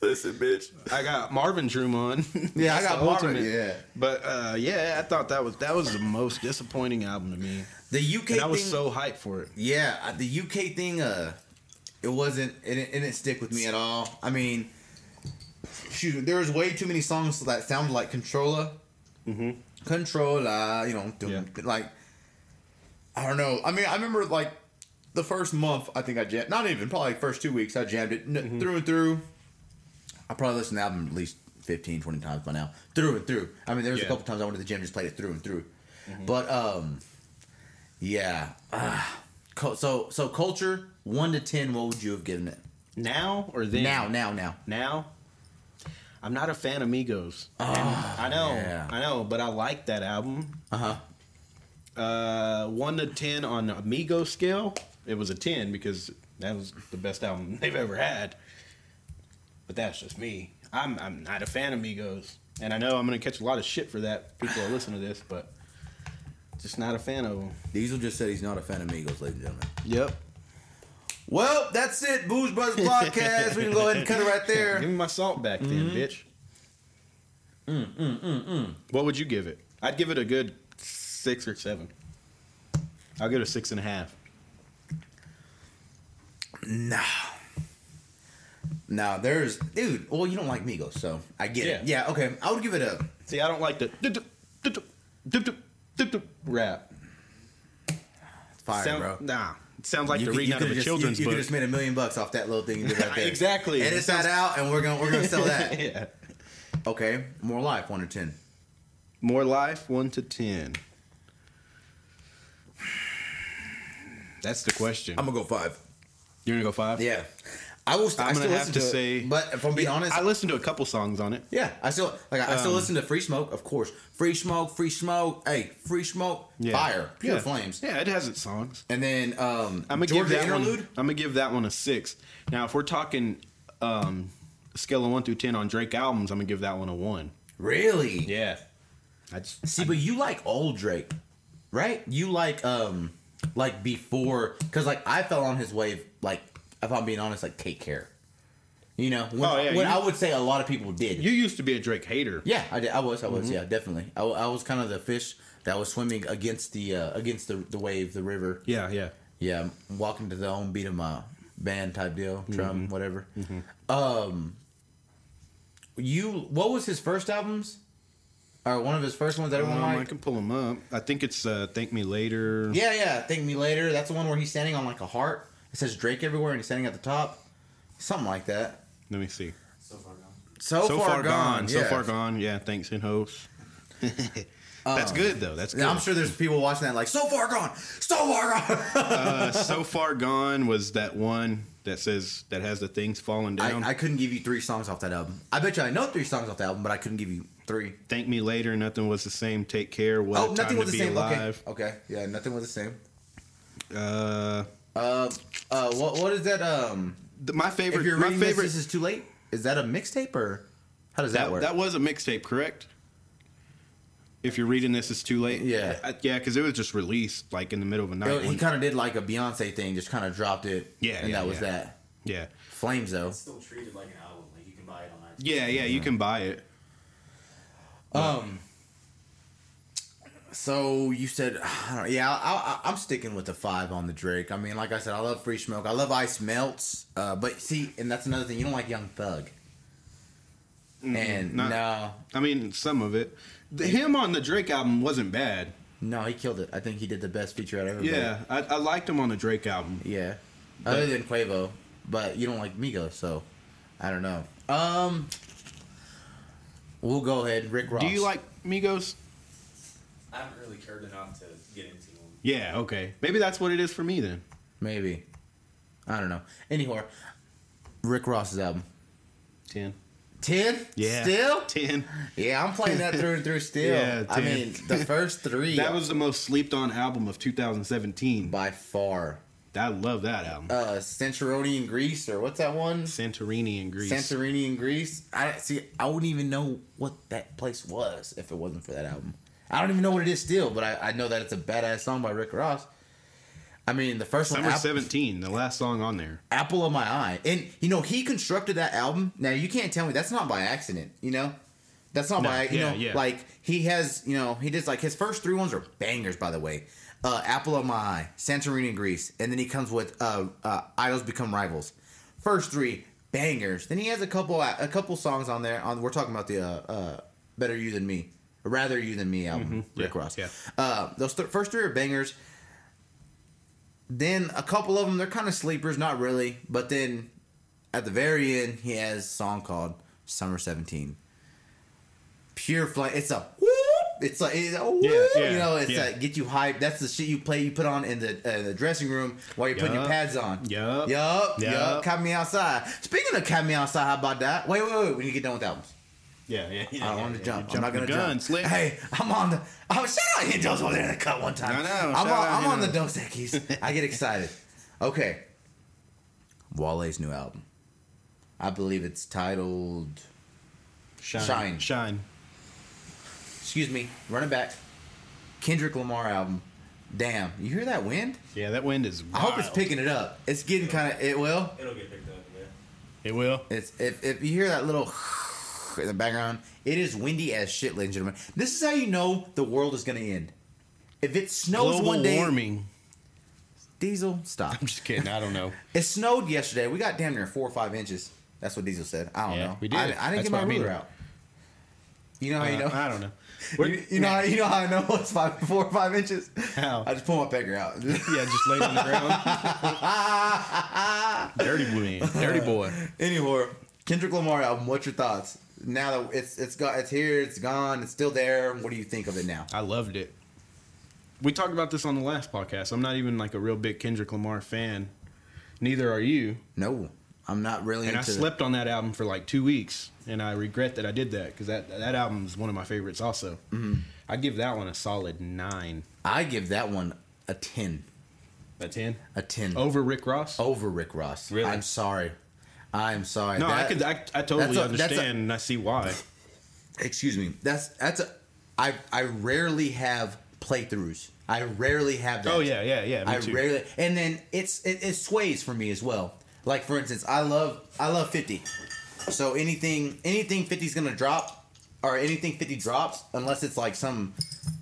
S2: listen, bitch.
S3: I got Marvin's room on.
S2: Yeah, I
S3: That's
S2: got
S3: the
S2: Marvin.
S3: ultimate.
S2: Yeah,
S3: But uh, yeah, I thought that was that was the most disappointing album to me,
S2: the UK.
S3: and I was
S2: thing,
S3: so hyped for it.
S2: Yeah, uh, the UK thing. Uh, it wasn't. It, didn't- it didn't stick with me at all. I mean, shoot, there was way too many songs that sounded like Controller. Mm-hmm. Controller, you know, doom,
S3: Yeah.
S2: like I don't know. I mean, I remember like the first month. I think I jammed. Not even probably like first two weeks. I jammed it n- through and through. I probably listened to the album at least 15, 20 times by now, through and through. I mean, there was a
S3: Yeah.
S2: couple times I went to the gym and just played it through and through. But um, yeah. Ah. Cul- so so culture one to ten. What would you have given it?
S3: Now or then?
S2: Now now now.
S3: Now. I'm not a fan of Migos. And I know,
S2: Ah, yeah.
S3: I know, but I like that album.
S2: Uh huh.
S3: Uh, one to ten on the Migos scale, it was a ten because that was the best album they've ever had. But that's just me. I'm I'm not a fan of Migos, and I know I'm gonna catch a lot of shit for that. People that listen to this, but just not a fan of them.
S2: Diesel just said he's not a fan of Migos, ladies and gentlemen.
S3: Yep.
S2: Well, that's it, Booze Brothers podcast. we can go ahead and cut it right
S3: Give
S2: there.
S3: me my salt back then,
S2: Mm-hmm.
S3: bitch.
S2: Mm,
S3: What would you give it? I'd give it a good six or seven. I'll give it a six and a half.
S2: No. No, there's dude. Well, you don't like Migos, so I get it.
S3: Yeah.
S2: Yeah, okay. I would give it a.
S3: See, I don't like the dip-dip, dip-dip, dip-dip, dip-dip rap.
S2: Fire,
S3: Sound-
S2: bro.
S3: Nah, it sounds like
S2: You
S3: the
S2: could- you
S3: reading out of
S2: could've
S3: a
S2: just-
S3: children's
S2: you, you
S3: book.
S2: could just made a million bucks off that little thing you did right there.
S3: Exactly.
S2: Edit
S3: It
S2: that out, and we're gonna we're gonna sell that.
S3: yeah.
S2: Okay, more life, one to ten.
S3: More life, one to ten. That's the question.
S2: I'm gonna go five.
S3: You're gonna go five.
S2: Yeah, I will. St-
S3: I'm
S2: I
S3: gonna
S2: still
S3: have
S2: listen
S3: to
S2: it,
S3: say-
S2: but if I'm being honest,
S3: I listened to a couple songs on it.
S2: yeah, I still like I still
S3: Um,
S2: listen to Free Smoke, of course. Free Smoke, Free Smoke, hey, Free Smoke, Fire, Pure
S3: yeah.
S2: Flames,
S3: Yeah, it has its songs.
S2: and then um,
S3: I'm gonna
S2: Georgia
S3: give that
S2: Interlude.
S3: one. I'm gonna give that one a six. Now, if we're talking um, scale of one through ten on Drake albums, I'm gonna give that one a one.
S2: Really?
S3: Yeah, I just
S2: See, but you like old Drake, right? You like um, like before, because like I fell on his wave. Like if I'm being honest, like Take Care. You know, when,
S3: Oh, yeah,
S2: when
S3: you-
S2: I would say a lot of people did.
S3: you Mm-hmm. used to be a Drake hater.
S2: Yeah, I did. I was. I was. Yeah, definitely. I, wa- I was kind of the fish that was swimming against the uh, against the, the wave, the river.
S3: yeah, yeah.
S2: Yeah, I'm walking to the own beat of my band type deal, drum,
S3: Mm-hmm.
S2: whatever. Um, you. What was his first albums? Or one of his first ones that everyone
S3: Um, I
S2: liked?
S3: can pull them up. I think it's uh, "Thank Me Later."
S2: Yeah, yeah. Thank me later. That's the one where he's standing on like a heart. It says Drake everywhere, and he's standing at the top, something like that.
S3: Let me see.
S2: So, far, gone.
S3: So
S2: yeah.
S3: far gone. Yeah. Thanks and hoes. That's good though. That's good.
S2: Now, Um, I'm sure there's people watching that like so far gone, so far gone.
S3: uh, so far gone was that one that says that has the things falling down.
S2: I, I couldn't give you three songs off that album. I bet you I know three songs off the album, but I couldn't give you three.
S3: Thank me later. Nothing was the same. Take care. What a
S2: oh, nothing
S3: time
S2: was
S3: to
S2: the
S3: be
S2: same.
S3: alive.
S2: Okay, okay, yeah, nothing was the same.
S3: Uh,
S2: Uh, uh, what what is that? Um,
S3: th- my favorite.
S2: if you're
S3: my
S2: reading
S3: favorite.
S2: this, this is too late. Is that a mixtape or how does that,
S3: that,
S2: work?
S3: that was a mixtape, correct? If you're reading this, it's too late.
S2: Yeah.
S3: I- yeah, because it was just released like in the middle of the night.
S2: Yo, he
S3: one-
S2: kind of did like a Beyonce thing, just kind of dropped it.
S3: Yeah,
S2: and
S3: yeah,
S2: that was
S3: yeah.
S2: that.
S3: yeah,
S2: Flames though.
S4: It's still treated like an album. Like you can buy it on iTunes.
S3: yeah, yeah. You can buy it.
S2: Um. So you said, I don't, yeah, I, I, I'm sticking with the five on the Drake. I mean, like I said, I love Free Smoke. I love Ice Melts. Uh, but see, and that's another thing. You don't like Young Thug. And
S3: not- I mean, some of it. The, him on the Drake album wasn't bad.
S2: no, no, he killed it. I think he did the best feature out of everybody.
S3: Yeah, I, I liked him on the Drake album.
S2: Yeah. Other than Quavo, but you don't like Migos, so I don't know. Um, we'll go ahead. Rick Ross.
S3: Do you like Migos?
S4: I haven't really cared enough to get into them.
S3: Yeah. Okay. Maybe that's what it is for me then.
S2: Maybe. I don't know. Anyhow, Rick Ross's album.
S3: Ten.
S2: 10?
S3: Yeah.
S2: Still?
S3: Ten.
S2: Yeah, I'm playing that through and through still.
S3: Yeah,
S2: I
S3: 10.
S2: mean, the first three
S3: That was the most slept on album of 2017.
S2: by far.
S3: I love that album.
S2: Uh Santorini in Greece or what's that one?
S3: Santorini in Greece.
S2: Santorini in Greece. I see I wouldn't even know what that place was if it wasn't for that album. I don't even know what it is still, but I, I know that it's a badass song by Rick Ross. I mean, the first one,
S3: Summer
S2: Apple,
S3: seventeen, the last song on there.
S2: Apple of My Eye, and you know he constructed that album. Now you can't tell me that's not by accident. You know, that's not
S3: No,
S2: by you
S3: yeah,
S2: know
S3: yeah.
S2: like he has you know he did like his first three ones are bangers by the way. Uh, Apple of My Eye, Santorini in Greece, and then he comes with uh, uh, Idols Become Rivals. First three bangers. Then he has a couple uh, a couple songs on there. On we're talking about the uh, uh, Better You Than Me, Rather You Than Me album. Rick
S3: Mm-hmm. yeah,
S2: Ross.
S3: yeah.
S2: Uh, those th- first three are bangers. Then a couple of them, they're kind of sleepers, not really. But then at the very end, he has a song called Summer 17. Pure flame. It's a whoop. It's like, it's a whoop.
S3: yeah,
S2: you know, it's
S3: yeah.
S2: like get you hyped. That's the shit you play, you put on in the, uh, the dressing room while you're putting your
S3: Yup.
S2: pads on.
S3: Yup.
S2: Yup. Yup.
S3: Yup.
S2: Caught me outside. Speaking of caught me outside, how about that? Wait, wait, wait. When you get done with albums.
S3: Yeah, yeah. yeah
S2: I don't
S3: yeah,
S2: want to
S3: yeah.
S2: jump.
S3: You're
S2: I'm not
S3: jumping
S2: going
S3: the
S2: to
S3: gun,
S2: jump.
S3: Slick.
S2: Hey, I'm on the. Oh, shout out Hindos over there in the cut one time.
S3: I know,
S2: I'm
S3: shout
S2: on,
S3: out
S2: I'm on the
S3: Hindos.
S2: Dos Equis. I get excited. Okay. Wale's new album. I believe it's titled. Shine.
S3: Shine. Shine.
S2: Excuse me. Running back. Kendrick Lamar album. Damn. You hear that wind?
S3: Yeah, that wind is.
S2: I hope it's
S3: wild.
S2: picking it up. It's getting kind of. It will.
S4: It'll get picked up, yeah.
S3: It will.
S2: It's if, if you hear that little in the background, it is windy as shit, ladies and gentlemen. This is how you know the world is gonna end. If it snows
S3: Global
S2: one day,
S3: warming.
S2: Diesel, stop.
S3: I'm just kidding. I don't know.
S2: It snowed yesterday. We got damn near four or five inches. That's what Diesel said. I don't
S3: Yeah,
S2: know.
S3: we did.
S2: I, I didn't
S3: That's
S2: get my
S3: what I mean.
S2: ruler out. You know how you
S3: Uh,
S2: know?
S3: I don't know.
S2: you, you know how you know how I know it's five, four or five inches.
S3: How?
S2: I just pull my finger out.
S3: yeah, just laid on the ground. Dirty boy. Dirty boy.
S2: Anymore, Kendrick Lamar album. What's your thoughts now that it's it's got it's here, it's gone, it's still there? What do you think of it now?
S3: I loved it. We talked about this on the last podcast. I'm not even like a real big Kendrick Lamar fan. Neither are you.
S2: No, I'm not really.
S3: And I
S2: into
S3: slept on that album for like two weeks, and I regret that I did that because that that album is one of my favorites. Also,
S2: Mm-hmm.
S3: I give that one a solid nine,
S2: I give that one a ten,
S3: a ten
S2: a ten Oh,
S3: over Rick Ross.
S2: over Rick Ross.
S3: Oh. Really?
S2: I'm sorry. I'm sorry.
S3: no,
S2: That-
S3: I could I, I totally
S2: that's a- that's a-
S3: understand and I see why.
S2: excuse me. That's that's a. I I rarely have playthroughs. I rarely have that.
S3: Oh yeah, yeah, yeah. Me
S2: I
S3: too.
S2: rarely, and then it's it, it sways for me as well. Like for instance, I love I love Fifty, so anything anything 50's gonna drop, or anything Fifty drops, unless it's like some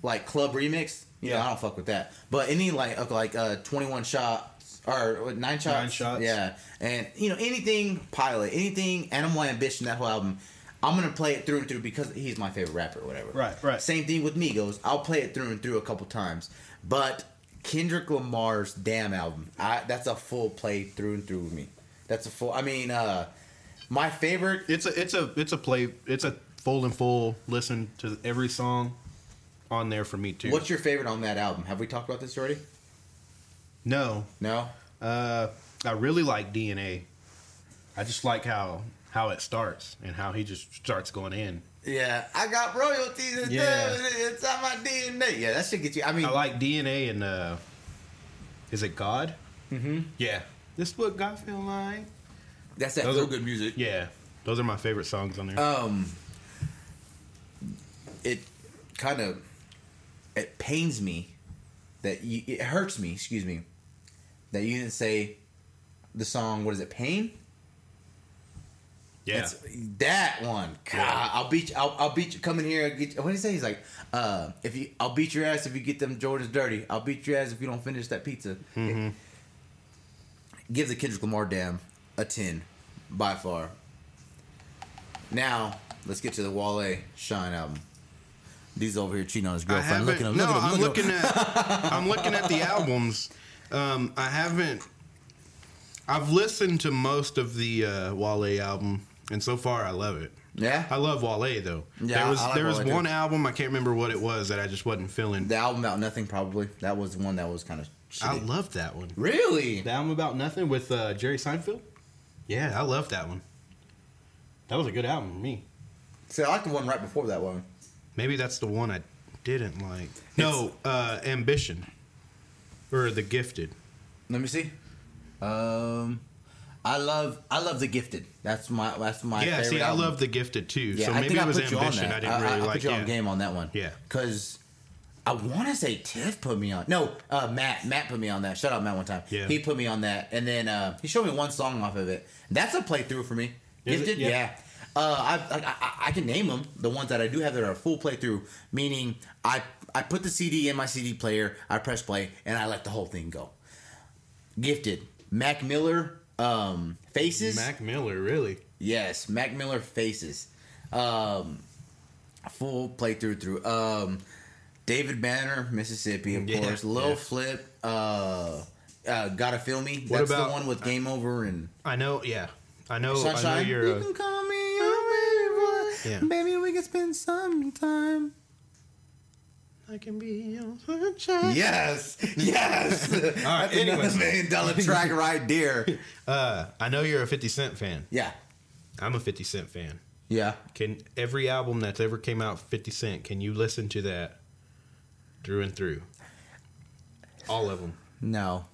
S2: like club remix. You know,
S3: Yeah.
S2: I don't fuck with that. But any like of, like uh twenty one shots or uh, nine shots,
S3: Nine Shots.
S2: yeah, and you know anything Pilot, anything Animal Ambition, that whole album. I'm gonna play it through and through because he's my favorite rapper or whatever.
S3: Right, right.
S2: Same thing with Migos. I'll play it through and through a couple times. But Kendrick Lamar's damn album, I that's a full play through and through with me. That's a full. I mean, uh my favorite.
S3: It's a it's a it's a play. It's a full and full listen to every song on there for me too.
S2: What's your favorite on that album? Have we talked about this already?
S3: no,
S2: No.
S3: Uh, I really like DNA. I just like how how it starts and how he just starts going in.
S2: Yeah, I got royalties. And
S3: Yeah.
S2: it's on my DNA. Yeah, that should get you. I mean,
S3: I like DNA and uh, is it God? Mm-hmm. Yeah, this is what God feel like.
S2: that's that
S3: Those
S2: feel
S3: are-
S2: good music.
S3: Yeah, those are my favorite songs on there.
S2: um it kind of it pains me that you it hurts me excuse me that you didn't say the song what is it pain
S3: yeah,
S2: It's- that one God,
S3: Yeah.
S2: i'll beat you i'll, I'll beat you come in here and get you what did he say he's like uh if you i'll beat your ass if you get them jordans dirty i'll beat your ass if you don't finish that pizza
S3: Mm-hmm.
S2: give the kendrick lamar damn a 10 by far now let's get to the wale shine album These over here cheating on his
S3: I
S2: girlfriend. Look at him.
S3: haven't-
S2: Look
S3: no,
S2: at him. Look at
S3: I'm
S2: him.
S3: looking at I'm looking at the albums. Um, I haven't. I've listened to most of the uh, Wale album, and so far I love it.
S2: Yeah.
S3: I love Wale though.
S2: Yeah,
S3: there was
S2: I like
S3: there was
S2: Wale, too.
S3: one album I can't remember what it was that I just wasn't feeling.
S2: The album about nothing probably. That was one that was kind of.
S3: I loved that one.
S2: Really?
S3: The album about nothing with uh, Jerry Seinfeld. Yeah, I loved that one. That was a good album for me.
S2: See, I like the one right before that one.
S3: Maybe that's the one I didn't like. No, uh, Ambition or The Gifted.
S2: Let me see. Um, I love I love the gifted. That's my that's my
S3: yeah,
S2: Favorite
S3: see,
S2: album.
S3: I love The Gifted too.
S2: Yeah,
S3: so
S2: I
S3: maybe
S2: think
S3: it was
S2: I put you on
S3: Ambition.
S2: that.
S3: I didn't really
S2: I,
S3: like.
S2: put you
S3: yeah.
S2: on game on that one.
S3: Yeah.
S2: because I want to say Tiff put me on. No, uh, Matt. Matt put me on that. Shout out Matt one time.
S3: Yeah.
S2: He put me on that, and then uh, he showed me one song off of it. That's a playthrough for me.
S3: Is
S2: Gifted,
S3: it? Yeah.
S2: yeah. Uh, I, I- I I can name them. The ones that I do have that are a full playthrough, meaning I I put the CD in my CD player, I press play, and I let the whole thing go. Gifted, Mac Miller, um, Faces.
S3: Mac Miller, really?
S2: Yes, Mac Miller faces. Um, full playthrough through. Um, David Banner, Mississippi, of
S3: Yeah,
S2: course. Lil
S3: yeah.
S2: Flip, uh, uh, gotta feel me.
S3: What
S2: That's
S3: about-
S2: the one with Game Over and
S3: I know. Yeah, I know. I know
S2: Sunshine.
S3: you're. uh,
S2: you
S3: A,
S2: can call me your baby,
S3: Yeah.
S2: baby. We can spend some time.
S3: I can be your sunshine.
S2: Yes, yes. That's another
S3: anyways.
S2: million dollar track right there.
S3: Uh, I know you're a 50 Cent fan.
S2: Yeah,
S3: I'm a 50 Cent fan.
S2: yeah.
S3: Can every album that's ever came out 50 Cent? Can you listen to that through and through? All of them.
S2: No,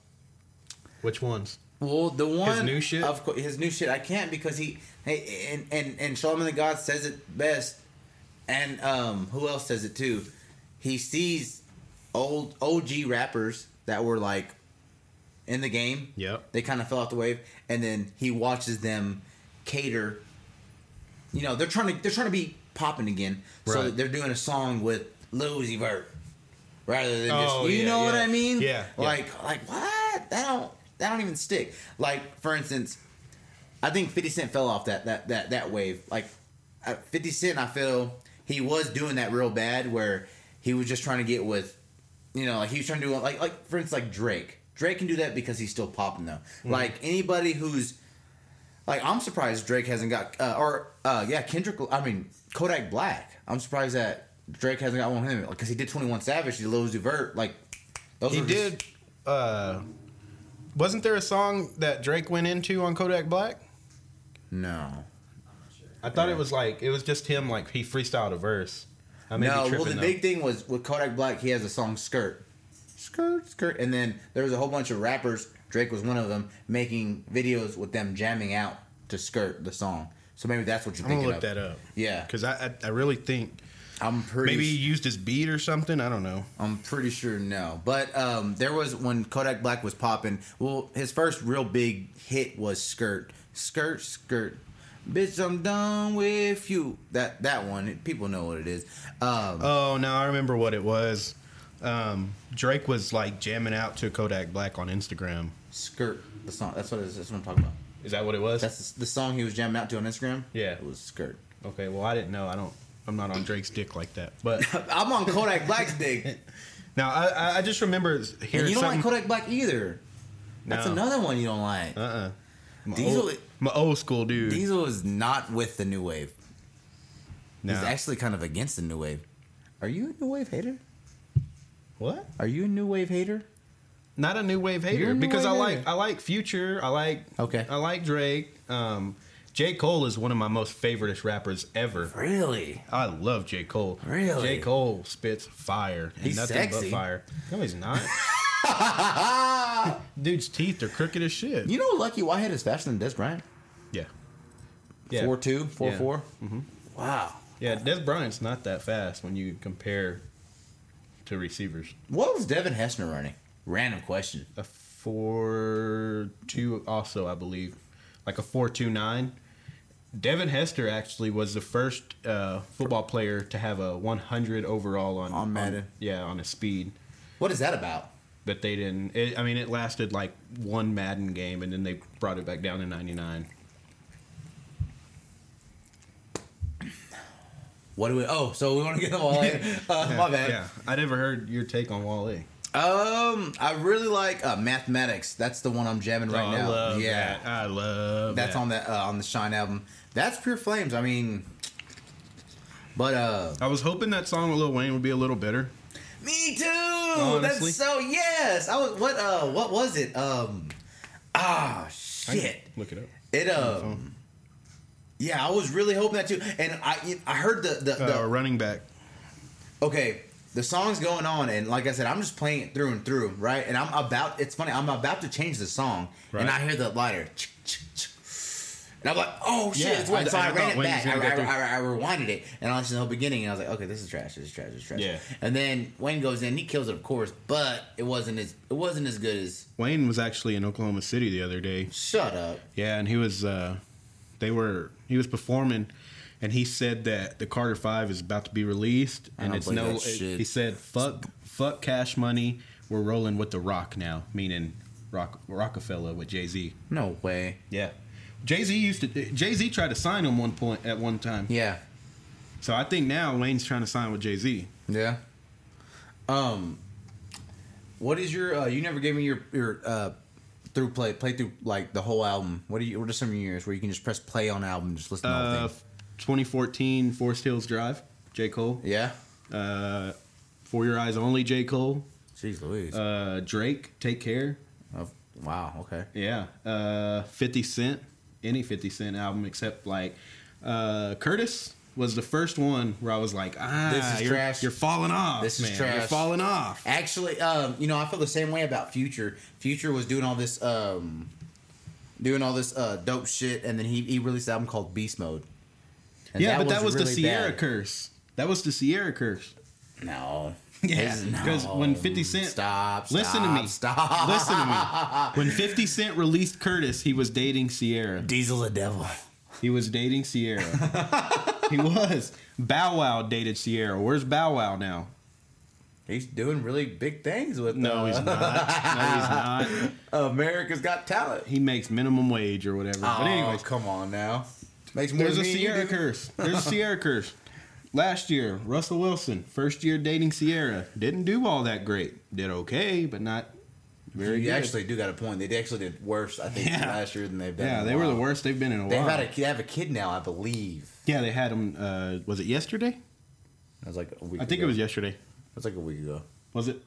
S3: Which ones?
S2: Well, the one
S3: new shit?
S2: Of course, his new shit. I can't because he. Hey, and and and Solomon the God says it best, and um, who else says it too? He sees old OG rappers that were like in the game.
S3: Yep.
S2: They kind of fell off the wave, and then he watches them cater. You know, they're trying to they're trying to be popping again, so
S3: Right.
S2: they're doing a song with Lil Uzi Vert rather than just
S3: Oh,
S2: you
S3: yeah,
S2: know what
S3: yeah.
S2: I mean.
S3: Yeah, yeah.
S2: Like like what? That don't that don't even stick. Like for instance, I think Fifty Cent fell off that that that that wave. Like at Fifty Cent, I feel he was doing that real bad where he was just trying to get with, you know, like he was trying to do like like for instance like Drake. Drake can do that because he's still popping though.
S3: Hmm.
S2: Like anybody who's like I'm surprised Drake hasn't got uh, or uh, yeah Kendrick. I mean Kodak Black. I'm surprised that Drake hasn't got one of him because he did 21 Savage, he did Lil Uzi Vert. Like those
S3: He
S2: were just-
S3: did. Uh, wasn't there a song that Drake went into on Kodak Black?
S2: no.
S3: I thought it was like it was just him. Like he freestyled a verse. I may be
S2: no, well,
S3: tripping,
S2: the
S3: though.
S2: big thing was with Kodak Black, he has a song "Skirt," skirt, skirt, and then there was a whole bunch of rappers. Drake was one of them making videos with them jamming out to "Skirt" the song. So maybe that's what you're
S3: I'm gonna
S2: thinking
S3: look
S2: of.
S3: that up
S2: Yeah,
S3: because I, I I really think
S2: I'm pretty.
S3: maybe he used his beat or something. I don't know.
S2: I'm pretty sure no. But um, there was when Kodak Black was popping. Well, his first real big hit was "Skirt," "Skirt," "Skirt." Bitch, I'm done with you. That that one, people know what it is. Um,
S3: Oh no, I remember what it was. Um, Drake was like jamming out to Kodak Black on Instagram.
S2: "Skirt," the song. That's what it is. That's what I'm talking about.
S3: Is that what it was?
S2: That's the, the song he was jamming out to on Instagram.
S3: Yeah.
S2: it was "Skirt."
S3: okay. Well, I didn't know. I don't. I'm not on Drake's dick like that. But
S2: I'm on Kodak Black's dig,
S3: now I- I, I just remember hearing
S2: and you don't like
S3: something.
S2: Kodak Black either. That's
S3: No.
S2: another one you don't like.
S3: Uh uh My,
S2: Diesel-
S3: old, my old school dude.
S2: Diesel is not with the new wave.
S3: No.
S2: He's actually kind of against the new wave. Are you a new wave hater?
S3: what?
S2: Are you a new wave hater?
S3: Not a new wave
S2: You're
S3: hater
S2: a new
S3: because
S2: wave
S3: I like
S2: hater.
S3: I like Future. I like
S2: Okay.
S3: I like Drake. Um, J Cole is one of my most favorite rappers ever.
S2: Really?
S3: I love J Cole.
S2: Really?
S3: J Cole spits fire. And
S2: He's
S3: nothing
S2: sexy.
S3: but fire. No, he's not. Dude's teeth are crooked as shit.
S2: You know, Lucky Whitehead is faster than Des Bryant.
S3: yeah. Yeah.
S2: Four two, four
S3: Yeah. Mm-hmm.
S2: four. Wow.
S3: Yeah, Des Bryant's not that fast when you compare to receivers.
S2: What was Devin Hessner running? Random question.
S3: A four two also, I believe. Like a four two nine. Devin Hester actually was the first uh, football player to have a 100 overall on
S2: On Madden.
S3: yeah, on a speed.
S2: What is that about?
S3: but they didn't. It, I mean, it lasted like one Madden game, and then they brought it back down to ninety nine.
S2: What do we? Oh, so we want to get the wall. in. uh, my bad.
S3: Yeah, I never heard your take on Wale.
S2: Um, I really like uh, mathematics. That's the one I'm jamming right
S3: Oh,
S2: now.
S3: I love
S2: yeah,
S3: that. I love
S2: that's
S3: that.
S2: on that uh, on the Shine album. That's pure flames. I mean, but uh,
S3: I was hoping that song with Lil Wayne would be a little better.
S2: me too.
S3: Honestly.
S2: That's so yes. I was what uh what was it? Um, ah
S3: I can
S2: shit.
S3: look it up.
S2: It um. Yeah, I was really hoping that too, and I I heard the the,
S3: Uh,
S2: the
S3: running back.
S2: okay, the song's going on, and like I said, I'm just playing it through and through, right? And I'm about, it's funny, I'm about to change the song,
S3: Right.
S2: and I hear the lighter, And I'm like, oh shit,
S3: Yeah,
S2: it's wet.
S3: I-
S2: so
S3: I
S2: I,
S3: thought
S2: ran it
S3: Wayne
S2: back.
S3: was
S2: I,
S3: gonna
S2: I,
S3: go
S2: I, I rewinded it and I listened to the whole beginning and I was like, okay, this is trash, this is trash, this is trash.
S3: Yeah.
S2: And then Wayne goes in, he kills it, of course, but it wasn't as it wasn't as good as
S3: Wayne was actually in Oklahoma City the other day.
S2: Shut up.
S3: Yeah, and he was uh they were he was performing and he said that the Carter 5 is about to be released
S2: I
S3: and
S2: don't
S3: it's
S2: believe
S3: no
S2: that shit.
S3: he said fuck fuck cash money, we're rolling with the rock now, meaning Rock Rockefeller with Jay-Z.
S2: No way.
S3: Yeah. Jay-Z used to Jay-Z tried to sign him one point at one time.
S2: Yeah.
S3: So I think now Wayne's trying to sign with Jay-Z.
S2: Yeah. Um, what is your? Uh, you never gave me your your uh, through play play through like the whole album. What do you? What are some of yours where you can just press play on album and just listen to the
S3: Uh
S2: whole
S3: 2014 Forest Hills Drive, J. Cole.
S2: thing? Yeah.
S3: Uh For Your Eyes Only, J. Cole.
S2: Jeez Louise.
S3: Uh Drake, Take Care.
S2: oh, wow. Okay.
S3: Yeah. Uh, 50 Cent, any 50 Cent album except like uh, Curtis was the first one where I was like, ah,
S2: This is
S3: you're,
S2: trash.
S3: you're falling off.
S2: This is
S3: man. You're
S2: trash.
S3: falling off.
S2: Actually, um, you know, I feel the same way about Future. Future was doing all this, um, doing all this uh, dope shit, and then he, he released an album called Beast Mode. And
S3: yeah, but that was the
S2: really
S3: Sierra
S2: bad.
S3: curse. That was the Sierra curse.
S2: No.
S3: Yeah,
S2: This- no.
S3: 'cause when 50 Cent-
S2: Stop.
S3: Listen to me.
S2: Stop.
S3: Listen to me. When 50 Cent released Curtis, he was dating Sierra.
S2: Diesel the devil.
S3: He was dating Sierra. he was. Bow Wow dated Sierra. Where's Bow Wow now?
S2: He's doing really big things with
S3: No,
S2: uh,
S3: he's not. No, he's not.
S2: America's Got Talent.
S3: He makes minimum wage or whatever.
S2: Oh.
S3: but anyways,
S2: come on now. Makes more
S3: There's
S2: than
S3: a
S2: me and you
S3: Sierra
S2: do.
S3: curse. There's a Sierra curse. Last year, Russell Wilson, first year dating Sierra, didn't do all that great. Did okay, but not very
S2: You
S3: good.
S2: actually do got a point. They actually did worse, I think,
S3: Yeah.
S2: last year than they've done.
S3: yeah,
S2: in a
S3: they were the
S2: while.
S3: worst they've been in a
S2: They've
S3: while.
S2: had a, they have a kid now, I believe.
S3: yeah, they had them. Uh, was it yesterday?
S2: That was like a week.
S3: I think it
S2: ago.
S3: was yesterday.
S2: It was like a week ago.
S3: Was it?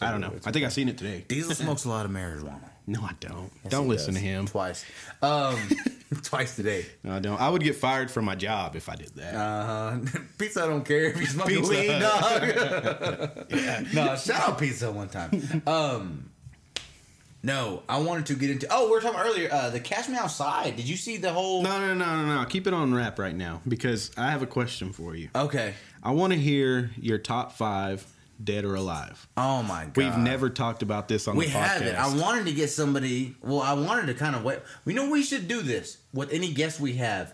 S3: I don't know. I think I seen it today.
S2: Diesel smokes a lot of marijuana.
S3: No, I don't.
S2: Yes,
S3: don't
S2: he
S3: listen
S2: does.
S3: to him.
S2: twice. Um, twice today.
S3: No, I don't. I would get fired from my job if I did that.
S2: Uh, pizza, I don't care if you smoke
S3: Pizza.
S2: weed, dog. no, shout out pizza one time. Um, no, I wanted to get into. Oh, we were talking earlier. Uh, the Cash Me Outside. Did you see the whole?
S3: no, no, no, no, no. Keep it on wrap right now because I have a question for you.
S2: Okay.
S3: I want to hear your top five, dead or alive.
S2: Oh my god.
S3: We've never talked about this on
S2: We
S3: the podcast.
S2: haven't. I wanted to get somebody. Well, I wanted to kind of wait. We know we should do this with any guest we have.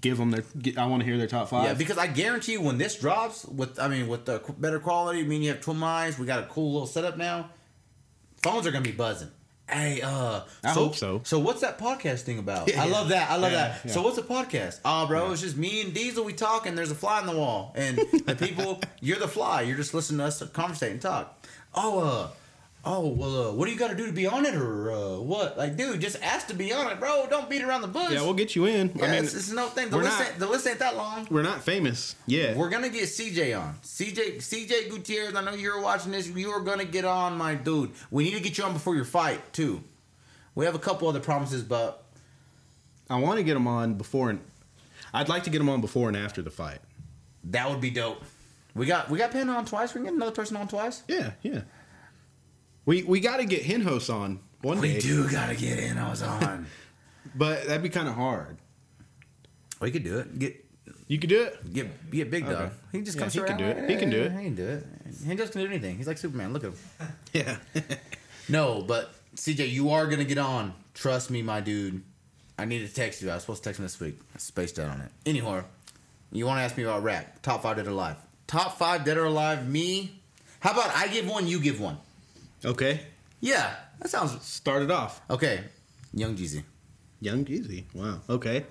S3: Give them their. Get, I want to hear their top five.
S2: Yeah, because I guarantee you, when this drops, with I mean, with the qu- better quality, I mean, you have twin mics. We got a cool little setup now. Phones are gonna be buzzing. Hey, uh,
S3: I hope so.
S2: So, what's that podcast thing about?
S3: Yeah.
S2: I love that. I love
S3: Yeah,
S2: that.
S3: yeah.
S2: So, what's a podcast? Oh, bro, it's just me and Diesel. We talk, and there's a fly in the wall, and the people. You're the fly. You're just listening to us conversate and talk. Oh, uh, oh, well, uh, what do you got to do to be on it, or uh, what? Like, dude, just ask to be on it, bro. Don't beat around the bush.
S3: yeah, we'll get you in.
S2: Yeah,
S3: I mean,
S2: it's, it's no thing. The
S3: we're
S2: list,
S3: not-
S2: ain't, the list ain't that long.
S3: we're not famous yet.
S2: We're gonna get CJ on. CJ CJ Gutierrez, I know you're watching this. You are gonna get on, my dude. We need to get you on before your fight, too. We have a couple other promises, but
S3: I want to get them on before and. I'd like to get them on before and after the fight.
S2: that would be dope. We got we got Penn on twice. We can get another person on twice.
S3: Yeah, yeah. We we got to get Hinhos on one day.
S2: We do gotta get in. I was on.
S3: but that'd be kind of hard.
S2: we could do it. Get
S3: You could do it.
S2: get get big dog.
S3: Okay.
S2: He just
S3: Yeah,
S2: comes
S3: he
S2: around.
S3: can do it. He can do it.
S2: He can do it. He just can do anything. He's like Superman. Look at him.
S3: Yeah.
S2: No, but CJ, you are gonna get on. Trust me, my dude. I need to text you. I was supposed to text him this week. I spaced out on it. Anyhow, you want to ask me about rap? Top five dead or alive? Top five dead or alive? Me? How about I give one, you give one?
S3: okay.
S2: Yeah, that sounds
S3: Start it off.
S2: okay. Young Jeezy.
S3: Young Jeezy. Wow. Okay.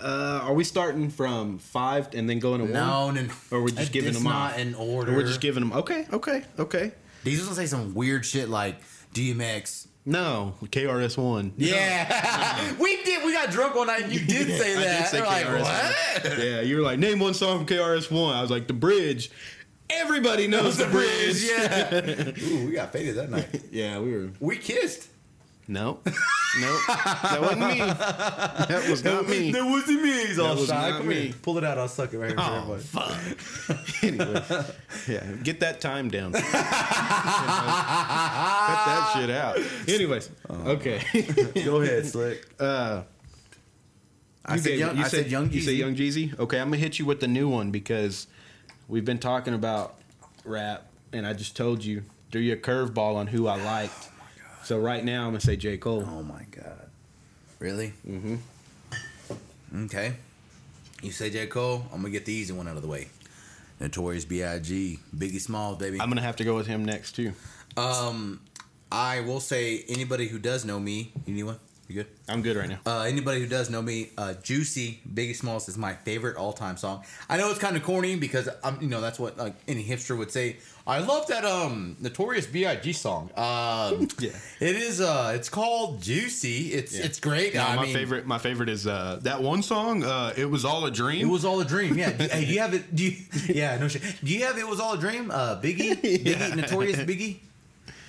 S3: Uh, are we starting from five and then going to one?
S2: No, no, no.
S3: Or we're just giving
S2: it's
S3: them
S2: not
S3: off.
S2: in
S3: Or
S2: order.
S3: we're just giving them. Okay. Okay. Okay.
S2: These gonna say some weird shit like DMX.
S3: No, KRS One.
S2: Yeah, we did. We got drunk one night. and You did say
S3: I did
S2: that.
S3: say
S2: They're like,
S3: KRS-One.
S2: what?
S3: Yeah, you were like, name one song from KRS One. I was like, The Bridge. Everybody knows The Bridge.
S2: Yeah. Ooh, we got faded that night.
S3: Yeah, we were.
S2: We kissed.
S3: No, no, that wasn't me. That was not me.
S2: That wasn't me. He's all
S3: That was
S2: shy.
S3: not
S2: Come
S3: me.
S2: here. Pull it out. I'll suck it right here for
S3: Oh
S2: everybody.
S3: fuck. anyway, yeah, get that time down. Cut that shit out. Anyways, okay.
S2: Go ahead, Slick.
S3: uh,
S2: I said
S3: gave-
S2: young- I said young
S3: You said
S2: Jeezy.
S3: young Jeezy. Okay, I'm gonna hit you with the new one because we've been talking about rap, and I just told you threw you a curveball on who I liked. so right now I'm gonna say J Cole.
S2: Oh my god. Really?
S3: Mm-hmm.
S2: Okay. You say J. Cole, I'm gonna get the easy one out of the way. Notorious B.I.G. Biggie Smalls, baby.
S3: I'm gonna have to go with him next too.
S2: um, I will say anybody who does know me, you need one? You good?
S3: I'm good right now.
S2: Uh, anybody who does know me, uh, "Juicy" Biggie Smalls is my favorite all-time song. I know it's kind of corny because I'm, you know, that's what like any hipster would say. I love that um Notorious B.I.G. song. Um,
S3: Yeah.
S2: it is. Uh, it's called "Juicy." It's
S3: Yeah.
S2: it's great.
S3: No,
S2: I
S3: my
S2: mean,
S3: favorite. My favorite is uh, that one song. Uh, it was all a dream.
S2: It was all a dream. Yeah. Do, hey, do you have it? Do you, yeah, no shit. Do you have it was all a dream? Uh, Biggie, Biggie,
S3: Yeah.
S2: Notorious Biggie.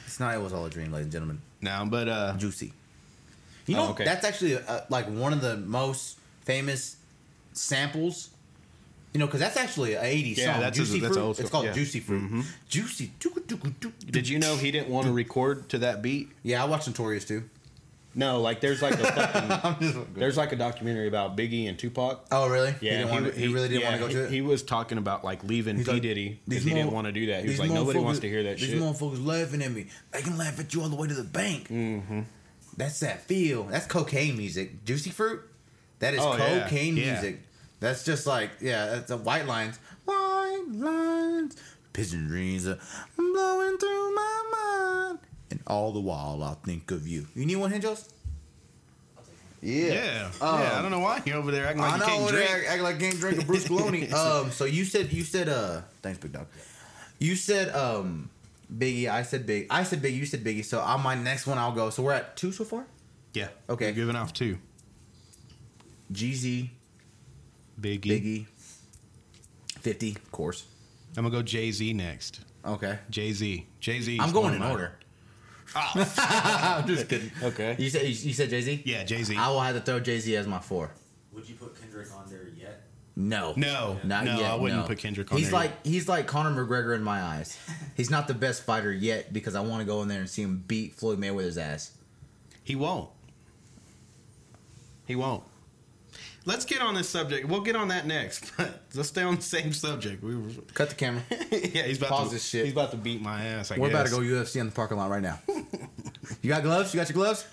S2: It's not. It was all a dream, ladies and gentlemen.
S3: no, but uh,
S2: Juicy. You
S3: Oh,
S2: know,
S3: okay.
S2: that's actually uh, like one of the most famous samples. You know, because that's actually an 80s
S3: Yeah,
S2: song.
S3: that's
S2: Juicy
S3: a- that's
S2: Fruit.
S3: old
S2: It's
S3: school,
S2: called
S3: yeah. Mm-hmm.
S2: Juicy Fruit. Juicy.
S3: did you know he didn't want to record to that beat?
S2: Yeah, I watched Notorious too.
S3: No, like there's like a fucking,
S2: I'm just
S3: there's like a documentary about Biggie and Tupac.
S2: oh, really?
S3: Yeah,
S2: He, didn't wanna, he, really didn't
S3: yeah,
S2: want to go
S3: he-
S2: to it.
S3: He was talking about like leaving
S2: He's
S3: P
S2: like,
S3: Diddy
S2: "These
S3: because he didn't
S2: motherf-
S3: want to do that. He was
S2: these
S3: like, nobody wants
S2: motherfuckers-
S3: to hear that
S2: these
S3: shit.
S2: motherfuckers laughing at me. They can laugh at you all the way to the bank.
S3: Mm-hmm.
S2: That's that feel. That's cocaine music. Juicy Fruit. That is
S3: Oh, yeah.
S2: cocaine
S3: Yeah.
S2: music. That's just like yeah. That's the white lines. White lines. Pigeon dreams are blowing through my mind. And all the while I think of you. You need one, Hinjos? Yeah. Um,
S3: know why you're over there acting
S2: I know over there act like can't drink a Bruce Coloni. um, so you said you said uh, thanks, big dog. You said um, Biggie. I said Big. I said Big. You said Biggie. So on my next one, I'll go. So we're at two so far.
S3: Yeah.
S2: Okay.
S3: You're giving off two.
S2: Jeezy,
S3: Biggie.
S2: Biggie, Fifty, of course.
S3: I'm gonna go Jay Z next.
S2: Okay.
S3: Jay Z. Jay Z.
S2: I'm going in order. I'm just kidding.
S3: Okay.
S2: You said you, you said Jay Z.
S3: Yeah, Jay Z.
S2: I will have to throw Jay Z as my four.
S4: Would you put Kendrick on there yet?
S2: No.
S3: No, no, I wouldn't
S2: no.
S3: put Kendrick on
S2: He's
S3: there.
S2: like he's like Conor McGregor in my eyes. He's not the best fighter yet because I want to go in there and see him beat Floyd Mayweather's ass.
S3: He won't. He won't. Let's get on this subject. We'll get on that next. But let's stay on the same subject. We were,
S2: Cut the camera.
S3: yeah, he's about
S2: Pause
S3: to
S2: this shit.
S3: He's about to beat my ass. I
S2: We're about to
S3: guess.
S2: go UFC in the parking lot right now. you got gloves? You got your gloves?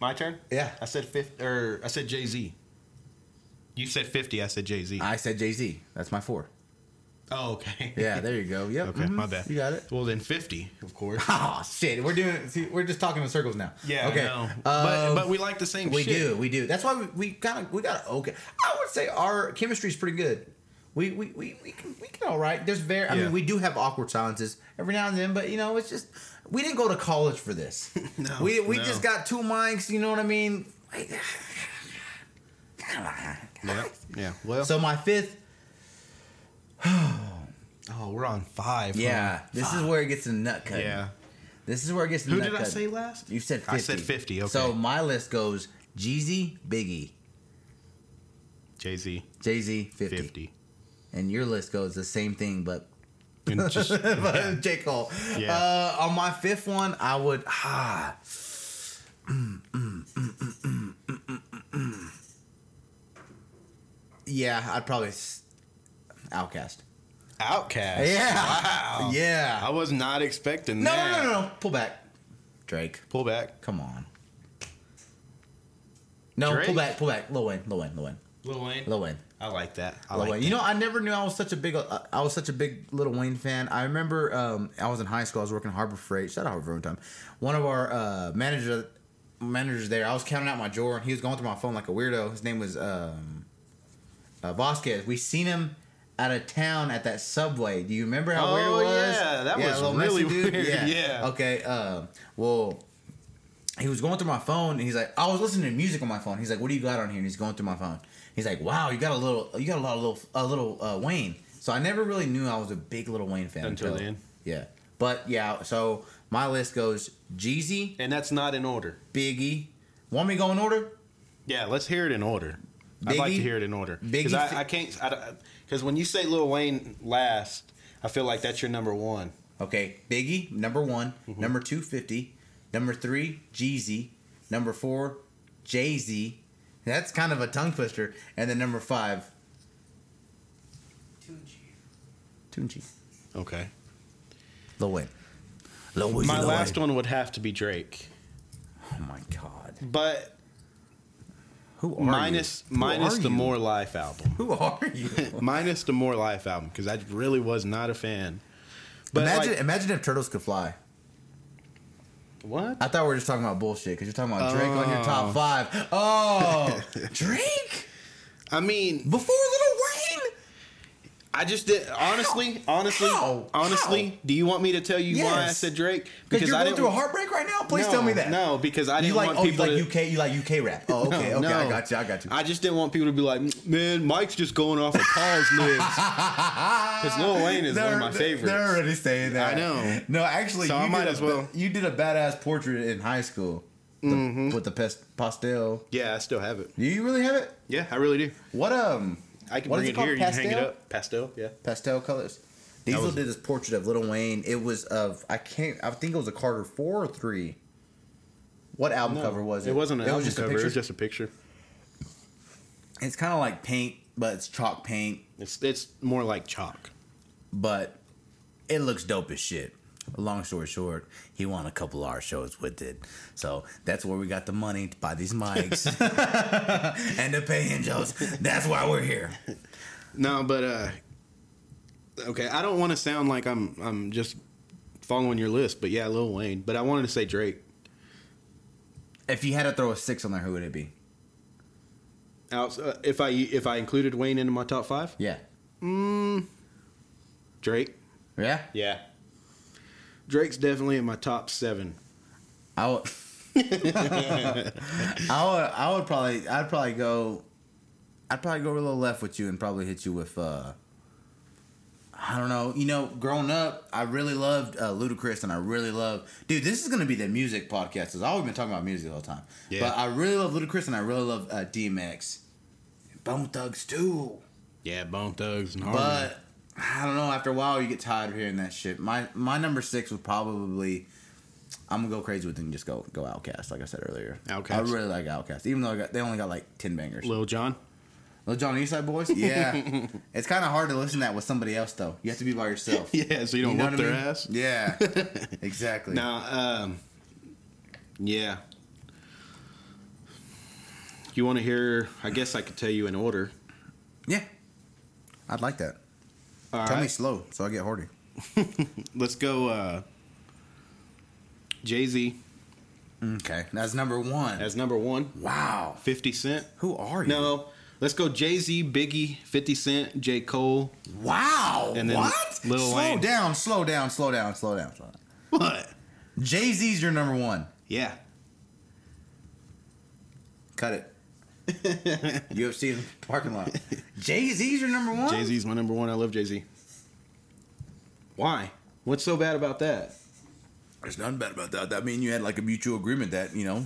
S3: My turn.
S2: Yeah.
S3: I said fifty, or I said Jay Z. You said fifty. I said Jay Z.
S2: I said Jay Z. That's my four.
S3: Oh, okay.
S2: Yeah, there you go. Yep.
S3: Okay,
S2: mhm.
S3: my bad.
S2: You got it.
S3: Well, then fifty, of course.
S2: Oh shit, we're doing. See, we're just talking in circles now.
S3: Yeah.
S2: Okay.
S3: Okay. but
S2: um,
S3: but we like the same.
S2: We
S3: shit.
S2: do, we do. That's why we, we kind of we got okay. I would say our chemistry's pretty good. We we we we can, we can all right. There's very. I
S3: Yeah.
S2: mean, we do have awkward silences every now and then, but you know, it's just we didn't go to college for this.
S3: No,
S2: we we
S3: no.
S2: just got two mics. You know what I mean?
S3: Yeah. Yeah. Well.
S2: So my fifth.
S3: oh, we're on five. huh?
S2: Yeah, oh, this is where it gets a nut cut.
S3: Yeah.
S2: This is where it gets.
S3: Who did I say last?
S2: You said 50.
S3: I said 50, okay.
S2: So my list goes Jeezy, Biggie,
S3: Jay Z.
S2: Jay Z, 50.
S3: Fifty.
S2: And your list goes the same thing, but
S3: And just
S2: J. Cole.
S3: Yeah.
S2: Uh, on my fifth one, I would. Ah, yeah, I'd probably. S- Outcast.
S3: Outcast.
S2: Yeah.
S3: Wow.
S2: Yeah.
S3: I was not expecting
S2: No,
S3: that.
S2: no, no, no, no. Pull back. Drake.
S3: Pull back.
S2: Come on. No,
S3: Drake?
S2: pull back, pull back. Lil Wayne, Lil Wayne, Lil Wayne,
S3: Lil Wayne.
S2: Lil Wayne.
S3: I like that. I
S2: Lil
S3: like
S2: Wayne.
S3: that.
S2: You know, I never knew I was such a big uh, I was such a big Little Wayne fan. I remember um, I was in high school. I was working at Harbor Freight. Shout out Harbor Freight time. One of our uh, manager managers there. I was counting out my drawer, and he was going through my phone like a weirdo. His name was um, uh, Vasquez. We seen him out of town at that subway. Do you remember how weird it
S3: Oh,
S2: was?
S3: yeah, that was
S2: Lil
S3: really
S2: Messy dude?
S3: weird, yeah.
S2: Okay. Um, well, he was going through my phone and he's like, I was listening to music on my phone. He's like, What do you got on here? And he's going through my phone. He's like, Wow, you got a little, you got a lot of little, a little uh, Wayne. So I never really knew I was a big little Wayne fan
S3: Until then.
S2: Yeah, but yeah. So my list goes Jeezy,
S3: and that's not in order.
S2: Biggie. Want me to go in order?
S3: Yeah, let's hear it in order. I'd like to
S2: Biggie-
S3: hear it in order
S2: Biggie
S3: because
S2: fi-
S3: I, I can't. Because when you say Lil Wayne last, I feel like that's your number one.
S2: Okay, Biggie number one, number two fifty, Number three, Jeezy. Number four, Jay Z. That's kind of a tongue twister. And then number five, Tunchi.
S3: Okay.
S2: Lil Wayne. Lil Wayne.
S3: My last one would have to be Drake,
S2: Oh my god.
S3: but
S2: Who are
S3: minus
S2: you? Who
S3: minus
S2: are
S3: the
S2: you?
S3: More Life album,
S2: Who are you?
S3: minus the More Life album, because I really was not a fan. But
S2: imagine,
S3: like,
S2: imagine if turtles could fly.
S3: what?
S2: I thought we were just talking about bullshit because you're talking about Drake on your
S3: Oh.
S2: top five. Oh, Drake
S3: I mean,
S2: before Little Wayne.
S3: I just did. Honestly, honestly,
S2: How?
S3: honestly.
S2: How?
S3: Do you want me to tell you why I
S2: Yes.
S3: said Drake?
S2: Because you're
S3: I
S2: going through a heartbreak right now. Please
S3: No,
S2: tell me that.
S3: No, because I
S2: you
S3: didn't
S2: like
S3: want
S2: oh you
S3: people
S2: like
S3: to.
S2: UK you like UK rap. Oh
S3: No,
S2: okay okay I
S3: no.
S2: got you I got you.
S3: I just didn't want people to be like, man, Mike's just going off of Paul's lips. Because Lil Wayne is one of my
S2: They're-
S3: favorites.
S2: They're already saying that.
S3: I know.
S2: No, actually,
S3: So
S2: you
S3: I might
S2: did a
S3: as well.
S2: ba- You did a badass portrait in high school the,
S3: Mm-hmm.
S2: with the pest, pastel.
S3: Yeah, I still have it.
S2: Do you really have it?
S3: Yeah, I really do.
S2: What um
S3: I can
S2: What is
S3: bring
S2: it
S3: it, here.
S2: called?
S3: You can hang it
S2: Pastel?
S3: up. Pastel. Yeah.
S2: pastel colors? Diesel
S3: was-
S2: did this portrait of Little Wayne. It was of I can't I think it was a Carter four or three. What album cover was it?
S3: It wasn't an
S2: it
S3: album
S2: was just
S3: cover.
S2: A
S3: It was
S2: picture.
S3: just a picture.
S2: It's kind of like paint, but it's chalk paint.
S3: It's it's more like chalk.
S2: but it looks dope as shit. Long story short, he won a couple of our shows with it. So that's where we got the money to buy these mics and to pay angels. That's why we're here.
S3: No, but uh, okay. I don't want to sound like I'm I'm just following your list, but yeah, Lil Wayne. But I wanted to say Drake
S2: If you had to throw a six on there, who would it be?
S3: out. Uh, if I if I included Wayne into my top five,
S2: Yeah.
S3: Drake.
S2: Yeah?
S3: Yeah. Drake's definitely in my top seven.
S2: I would. I would. I would probably. I'd probably go. I'd probably go a little left with you and probably hit you with. uh I don't know. You know, growing up, I really loved uh, Ludacris, and I really love. Dude, this is gonna be the music podcast. Cause I've always been talking about music the whole time.
S3: Yeah.
S2: But I really love Ludacris, and I really love uh, DMX, Bone Thugs too.
S3: Yeah, Bone Thugs and
S2: But I don't know. After a while, you get tired of hearing that shit. My my number six would probably. I'm gonna go crazy with it and just go go Outcast, like I said earlier.
S3: Outkast.
S2: I really like Outcast, even though I got, they only got like ten bangers.
S3: Lil John.
S2: Little John Eastside Boys, yeah. it's kind of hard to listen to that with somebody else though. You have to be by yourself.
S3: Yeah, so you
S2: You
S3: don't
S2: know
S3: whoop
S2: what I
S3: their
S2: mean?
S3: ass.
S2: Yeah, exactly.
S3: Now, um, yeah. You want to hear? I guess I could tell you in order.
S2: Yeah, I'd like that.
S3: All
S2: Tell me
S3: right,
S2: slow so I get horny.
S3: let's go. Uh, Jay Z Mm.
S2: Okay, that's number one.
S3: as number one.
S2: wow,
S3: Fifty Cent.
S2: who are you?
S3: No, let's go. Jay Z, Biggie, Fifty Cent, J Cole.
S2: Wow.
S3: And then
S2: what?
S3: Lil
S2: slow
S3: Wayne.
S2: down, slow down, slow down, slow down, slow down.
S3: What?
S2: Jay Z's your number one.
S3: Yeah.
S2: Cut it. UFC in the parking lot. Jay Z's your number one.
S3: Jay Z's my number one. I love Jay Z. Why? What's so bad about that?
S2: There's nothing bad about that. That mean you had like a mutual agreement that you know,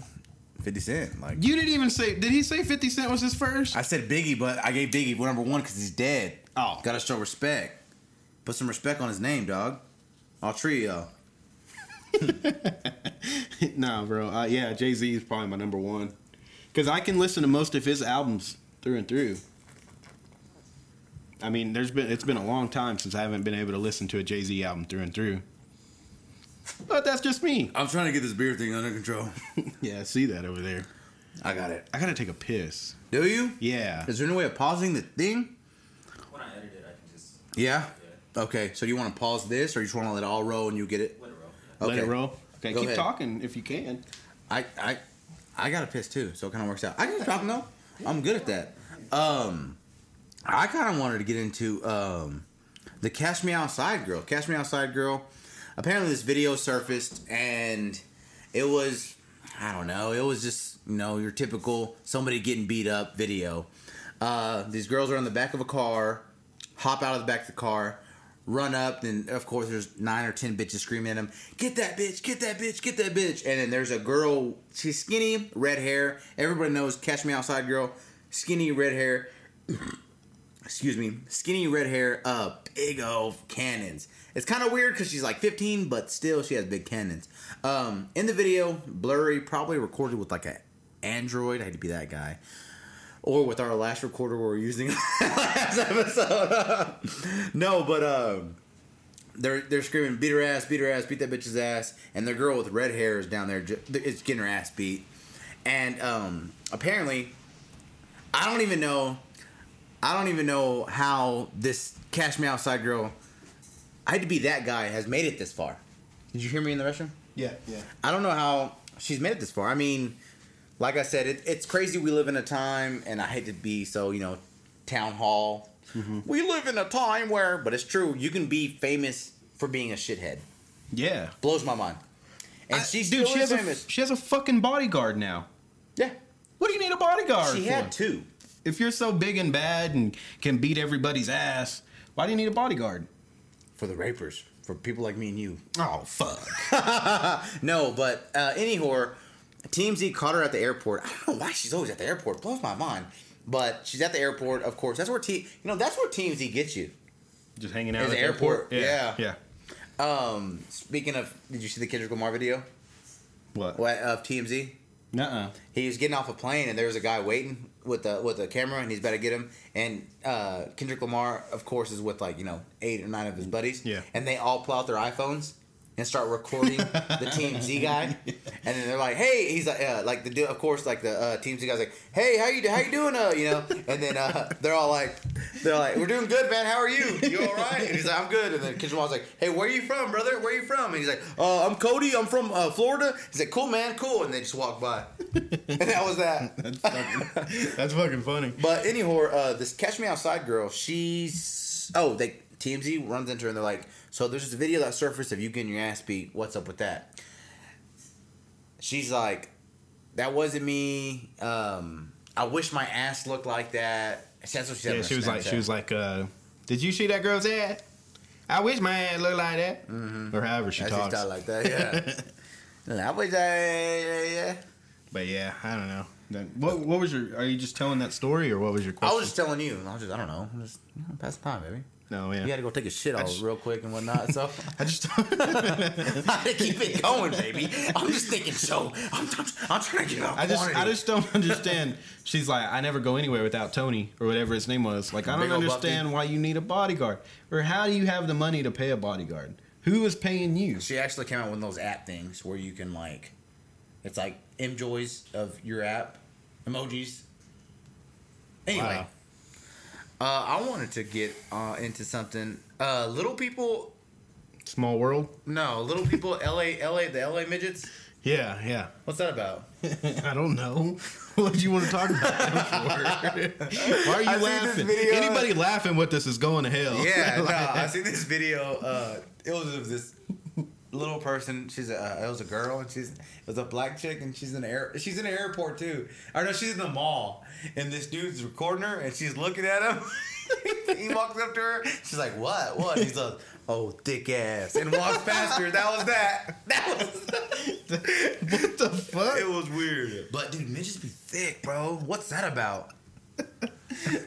S2: Fifty Cent. Like
S3: You didn't even say. Did he say Fifty Cent was his first?
S2: I said, Biggie, but I gave Biggie number one because he's dead.
S3: Oh.
S2: gotta show respect. Put some respect on his name, dog. I'll treat y'all.
S3: nah, bro. Uh, yeah, Jay Z is probably my number one because I can listen to most of his albums through and through. I mean, there's been it's been a long time since I haven't been able to listen to a Jay Z album through and through. But that's just me.
S2: I'm trying to get this beer thing under control.
S3: Yeah, I see that over there.
S2: I got it.
S3: I gotta take a piss.
S2: Do you?
S3: Yeah.
S2: Is there any way of pausing the thing?
S4: When I edit it, I can just
S2: Yeah. Okay. So you want to pause this, or you just want to let it all roll and you get it?
S4: let it roll. Yeah.
S2: Okay.
S3: Let it roll. Okay,
S2: Go
S3: keep
S2: ahead.
S3: talking if you can.
S2: I I I got a piss too, so it kind of works out. I can talk though. I'm good at that. Um, I kind of wanted to get into um the Cash Me Outside girl. Cash Me Outside girl. Apparently, this video surfaced, and it was I don't know. It was just you know your typical somebody getting beat up video. Uh, these girls are in the back of a car, hop out of the back of the car, run up, and of course there's nine or ten bitches screaming at them, "Get that bitch! Get that bitch! Get that bitch!" And then there's a girl. She's skinny, red hair. Everybody knows Catch Me Outside girl, skinny, red hair. excuse me, skinny red hair, uh, big old cannons. It's kind of weird because she's like 15, but still she has big cannons. Um, in the video, blurry, probably recorded with like a Android. I had to be that guy. Or with our last recorder we were using last episode. no, but um, they're they're screaming, beat her ass, beat her ass, beat that bitch's ass. And their girl with red hair is down there, ju- it's getting her ass beat. And um, apparently, I don't even know I don't even know how this Cash Me Outside girl, I had to be that guy, has made it this far. Did you hear me in the restroom?
S5: Yeah, yeah.
S2: I don't know how she's made it this far. I mean, like I said, it, it's crazy we live in a time, and I hate to be so, you know, town hall.
S3: Mm-hmm.
S2: We live in a time where, but it's true, you can be famous for being a shithead.
S3: Yeah.
S2: Blows my mind. And
S3: I-
S2: she's
S3: dude,
S2: still
S3: she
S2: is
S3: has,
S2: famous.
S3: a, she has a fucking bodyguard now.
S2: yeah.
S3: What do you need a bodyguard
S2: She
S3: for?
S2: had two.
S3: if you're so big and bad and can beat everybody's ass, why do you need a bodyguard?
S2: For the rapers. For people like me and you.
S3: Oh fuck.
S2: No, but uh, anyhow, TMZ caught her at the airport. I don't know why she's always at the airport. Blows my mind. But she's at the airport, of course. That's where T. You know, that's where TMZ gets you.
S3: Just hanging out
S2: Is
S3: at the
S2: it airport?
S3: airport.
S2: Yeah.
S3: Yeah.
S2: Um, speaking of, did you see the Kendrick Lamar video
S3: What?
S2: What of TMZ?
S3: Nuh-uh.
S2: He was getting off a plane, and there was a guy waiting with a with a camera, and he's about to get him. And uh, Kendrick Lamar, of course, is with like you know eight or nine of his buddies.
S3: Yeah.
S2: And they all pull out their iPhones and start recording the Team Z guy. And then they're like, "Hey," he's like, uh, "Like the dude, of course, like the uh, Team Z guy's like, hey, how you how you doing?" Uh, you know. And then uh, they're all like, "They're like, we're doing good, man. How are you? You all right?" And he's like, "I'm good." And then Kendrick Lamar's like, "Hey, where you from, brother? Where you from?" And he's like, "Uh, I'm Cody. I'm from uh, Florida." He's like, "Cool, man. Cool." And they just walk by. And that was that.
S3: That's fucking, that's fucking funny.
S2: But anyhow, uh, this Catch Me Outside girl, she's oh, they TMZ runs into her and they're like, so there's this video that surfaced of you getting your ass beat. What's up with that? She's like, that wasn't me. Um, I wish my ass looked like that. That's what she said.
S3: Yeah, she was like, she was like, uh, did you see that girl's ass? I wish my ass looked like that. Or however she
S2: That's
S3: talks.
S2: talk like that. Yeah. And I wish I, yeah, yeah.
S3: But yeah, I don't know. That- What, what was your? Are you just telling that story, or what was your
S2: I
S3: question?
S2: was just telling you. I was just, I don't know. I'm Just you know, pass the time, baby.
S3: no, yeah.
S2: You had to go take a shit off
S3: just-
S2: real quick and whatnot. So.
S3: I just
S2: I gotta keep it going, baby. I'm just thinking so. I'm, I'm, I'm trying to get up.
S3: I just I just don't understand. She's like, I never go anywhere without Tony or whatever his name was. Like, I
S2: Big ol'
S3: don't
S2: buff
S3: understand why you need a bodyguard, or how do you have the money to pay a bodyguard? Who is paying you?
S2: She actually came out with those app things where you can like, it's like emojis of your app, emojis. Anyway,
S3: Wow.
S2: uh, I wanted to get uh, into something. Uh, little people,
S3: Small world.
S2: no, little people, LA, LA, the LA midgets.
S3: Yeah, yeah.
S2: What's that about?
S3: I don't know. What do you want to talk about that for? Why are you
S2: I seen
S3: laughing?
S2: this video.
S3: Anybody laughing with this is going to hell.
S2: Yeah, no, I seen this video. Uh, it was of this little person. She's a, uh, it was a girl, and she's it was a black chick, and she's in the air. She's in the airport too. Or no, she's in the mall, and this dude's recording her, and she's looking at him. he walks up to her. She's like, "What? What?" He's like, "Oh, thick ass," and walks past her. That was that. That was.
S3: what the fuck?
S2: it was weird. But dude, midgets be thick, bro. What's that about?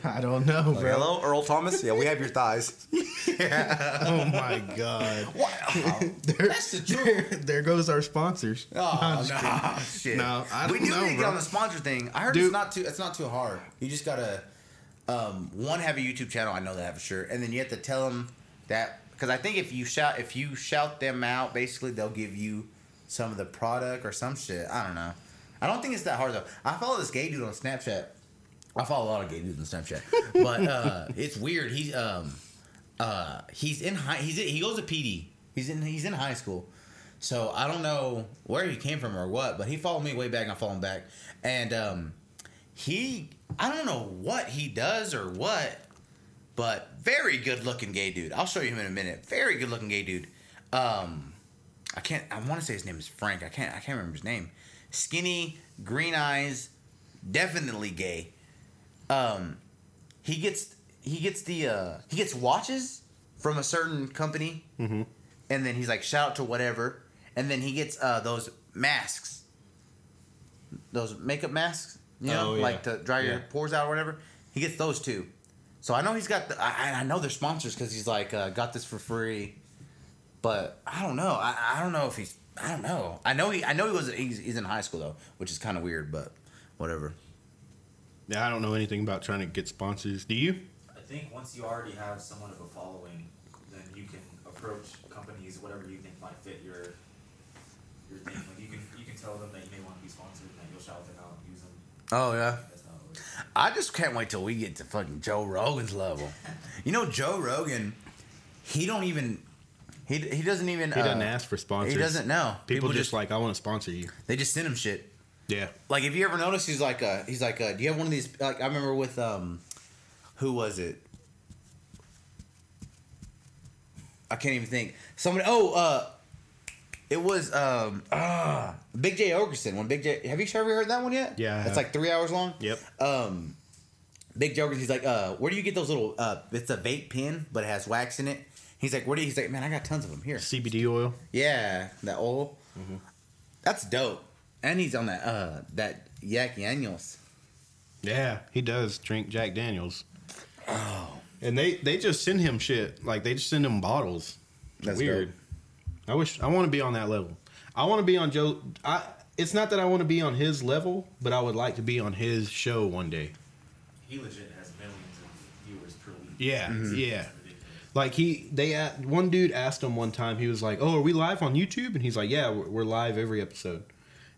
S3: I don't know, bro.
S2: Hello, Earl Thomas. Yeah, we have your thighs.
S3: Oh my god.
S2: Wow.
S3: There-
S2: That's the truth.
S3: There, there goes our sponsors.
S2: Oh
S3: just
S2: no, shit.
S3: No, I
S2: we
S3: don't
S2: do
S3: know,
S2: need to get
S3: bro.
S2: on the sponsor thing. I heard it's
S3: Dude.
S2: not too. It's not too hard. You just gotta um, one have a YouTube channel. I know that for sure, and then you have to tell them that because I think if you shout if you shout them out, basically they'll give you some of the product or some shit. I don't know. I don't think it's that hard though. I follow this gay dude on Snapchat. I follow a lot of gay dudes on Snapchat, but uh, it's weird. He's um, uh, he's in high. He's he goes to PD. He's in he's in high school. So I don't know where he came from or what, but he followed me way back. and I followed him back, and um, he I don't know what he does or what, but very good looking gay dude. I'll show you him in a minute. Very good looking gay dude. Um, I can't. I want to say his name is Frank. I can't. I can't remember his name. Skinny, green eyes, definitely gay. Um, he gets he gets the uh, he gets watches from a certain company,
S3: Mm-hmm.
S2: and then he's like shout out to whatever, and then he gets uh, those masks, those makeup masks, you know,
S3: Oh, yeah.
S2: like to dry your
S3: Yeah.
S2: pores out or whatever. He gets those two. So I know he's got. The, I, I know they're sponsors because he's like uh, got this for free, but I don't know. I, I don't know if he's. I don't know. I know he. I know he was. He's, he's in high school though, which is kind of weird, but whatever.
S3: Yeah, I don't know anything about trying to get sponsors. Do you?
S4: I think once you already have someone of a following, then you can approach companies whatever you think might fit your your thing. Like you can you can tell them that you may want to be sponsored, and that you'll shout them out and use them.
S2: Oh yeah.
S4: That's how it works.
S2: I just can't wait till we get to fucking Joe Rogan's level. You know Joe Rogan, he don't even. He, he doesn't even.
S3: Uh,
S2: uh,
S3: He doesn't ask for sponsors.
S2: He doesn't know.
S3: People, just, like, I want to sponsor you.
S2: they just send him shit.
S3: Yeah.
S2: Like if you ever notice, he's like, uh, he's like, uh, do you have one of these? Like I remember with um, who was it? I can't even think. Somebody. Oh, uh, it was um, ah, Big J Ogerson. When Big J, have you ever heard that one yet?
S3: Yeah, I
S2: that's
S3: have.
S2: like three hours long.
S3: Yep.
S2: Um, Big Joker, he's like, uh, where do you get those little? Uh, it's a vape pen, but it has wax in it. He's like, where do you? He's like, man, I got tons of them here.
S3: CBD oil.
S2: Yeah, that oil. That's dope. Mm-hmm. And he's on that uh that Yak Daniels.
S3: Yeah, he does drink Jack Daniels. Oh. And they they just send him shit. Like they just send him bottles. It's
S2: That's
S3: weird.
S2: dope.
S3: I wish I want to be on that level. I want to be on Joe. I. It's not that I want to be on his level, but I would like to be on his show one day.
S4: He legit has millions of viewers per week.
S3: Yeah, Mm-hmm. yeah.
S4: It's ridiculous.
S3: Like he, they a- one dude asked him one time. He was like, "Oh, are we live on YouTube?" And he's like, "Yeah, we're, we're live every episode."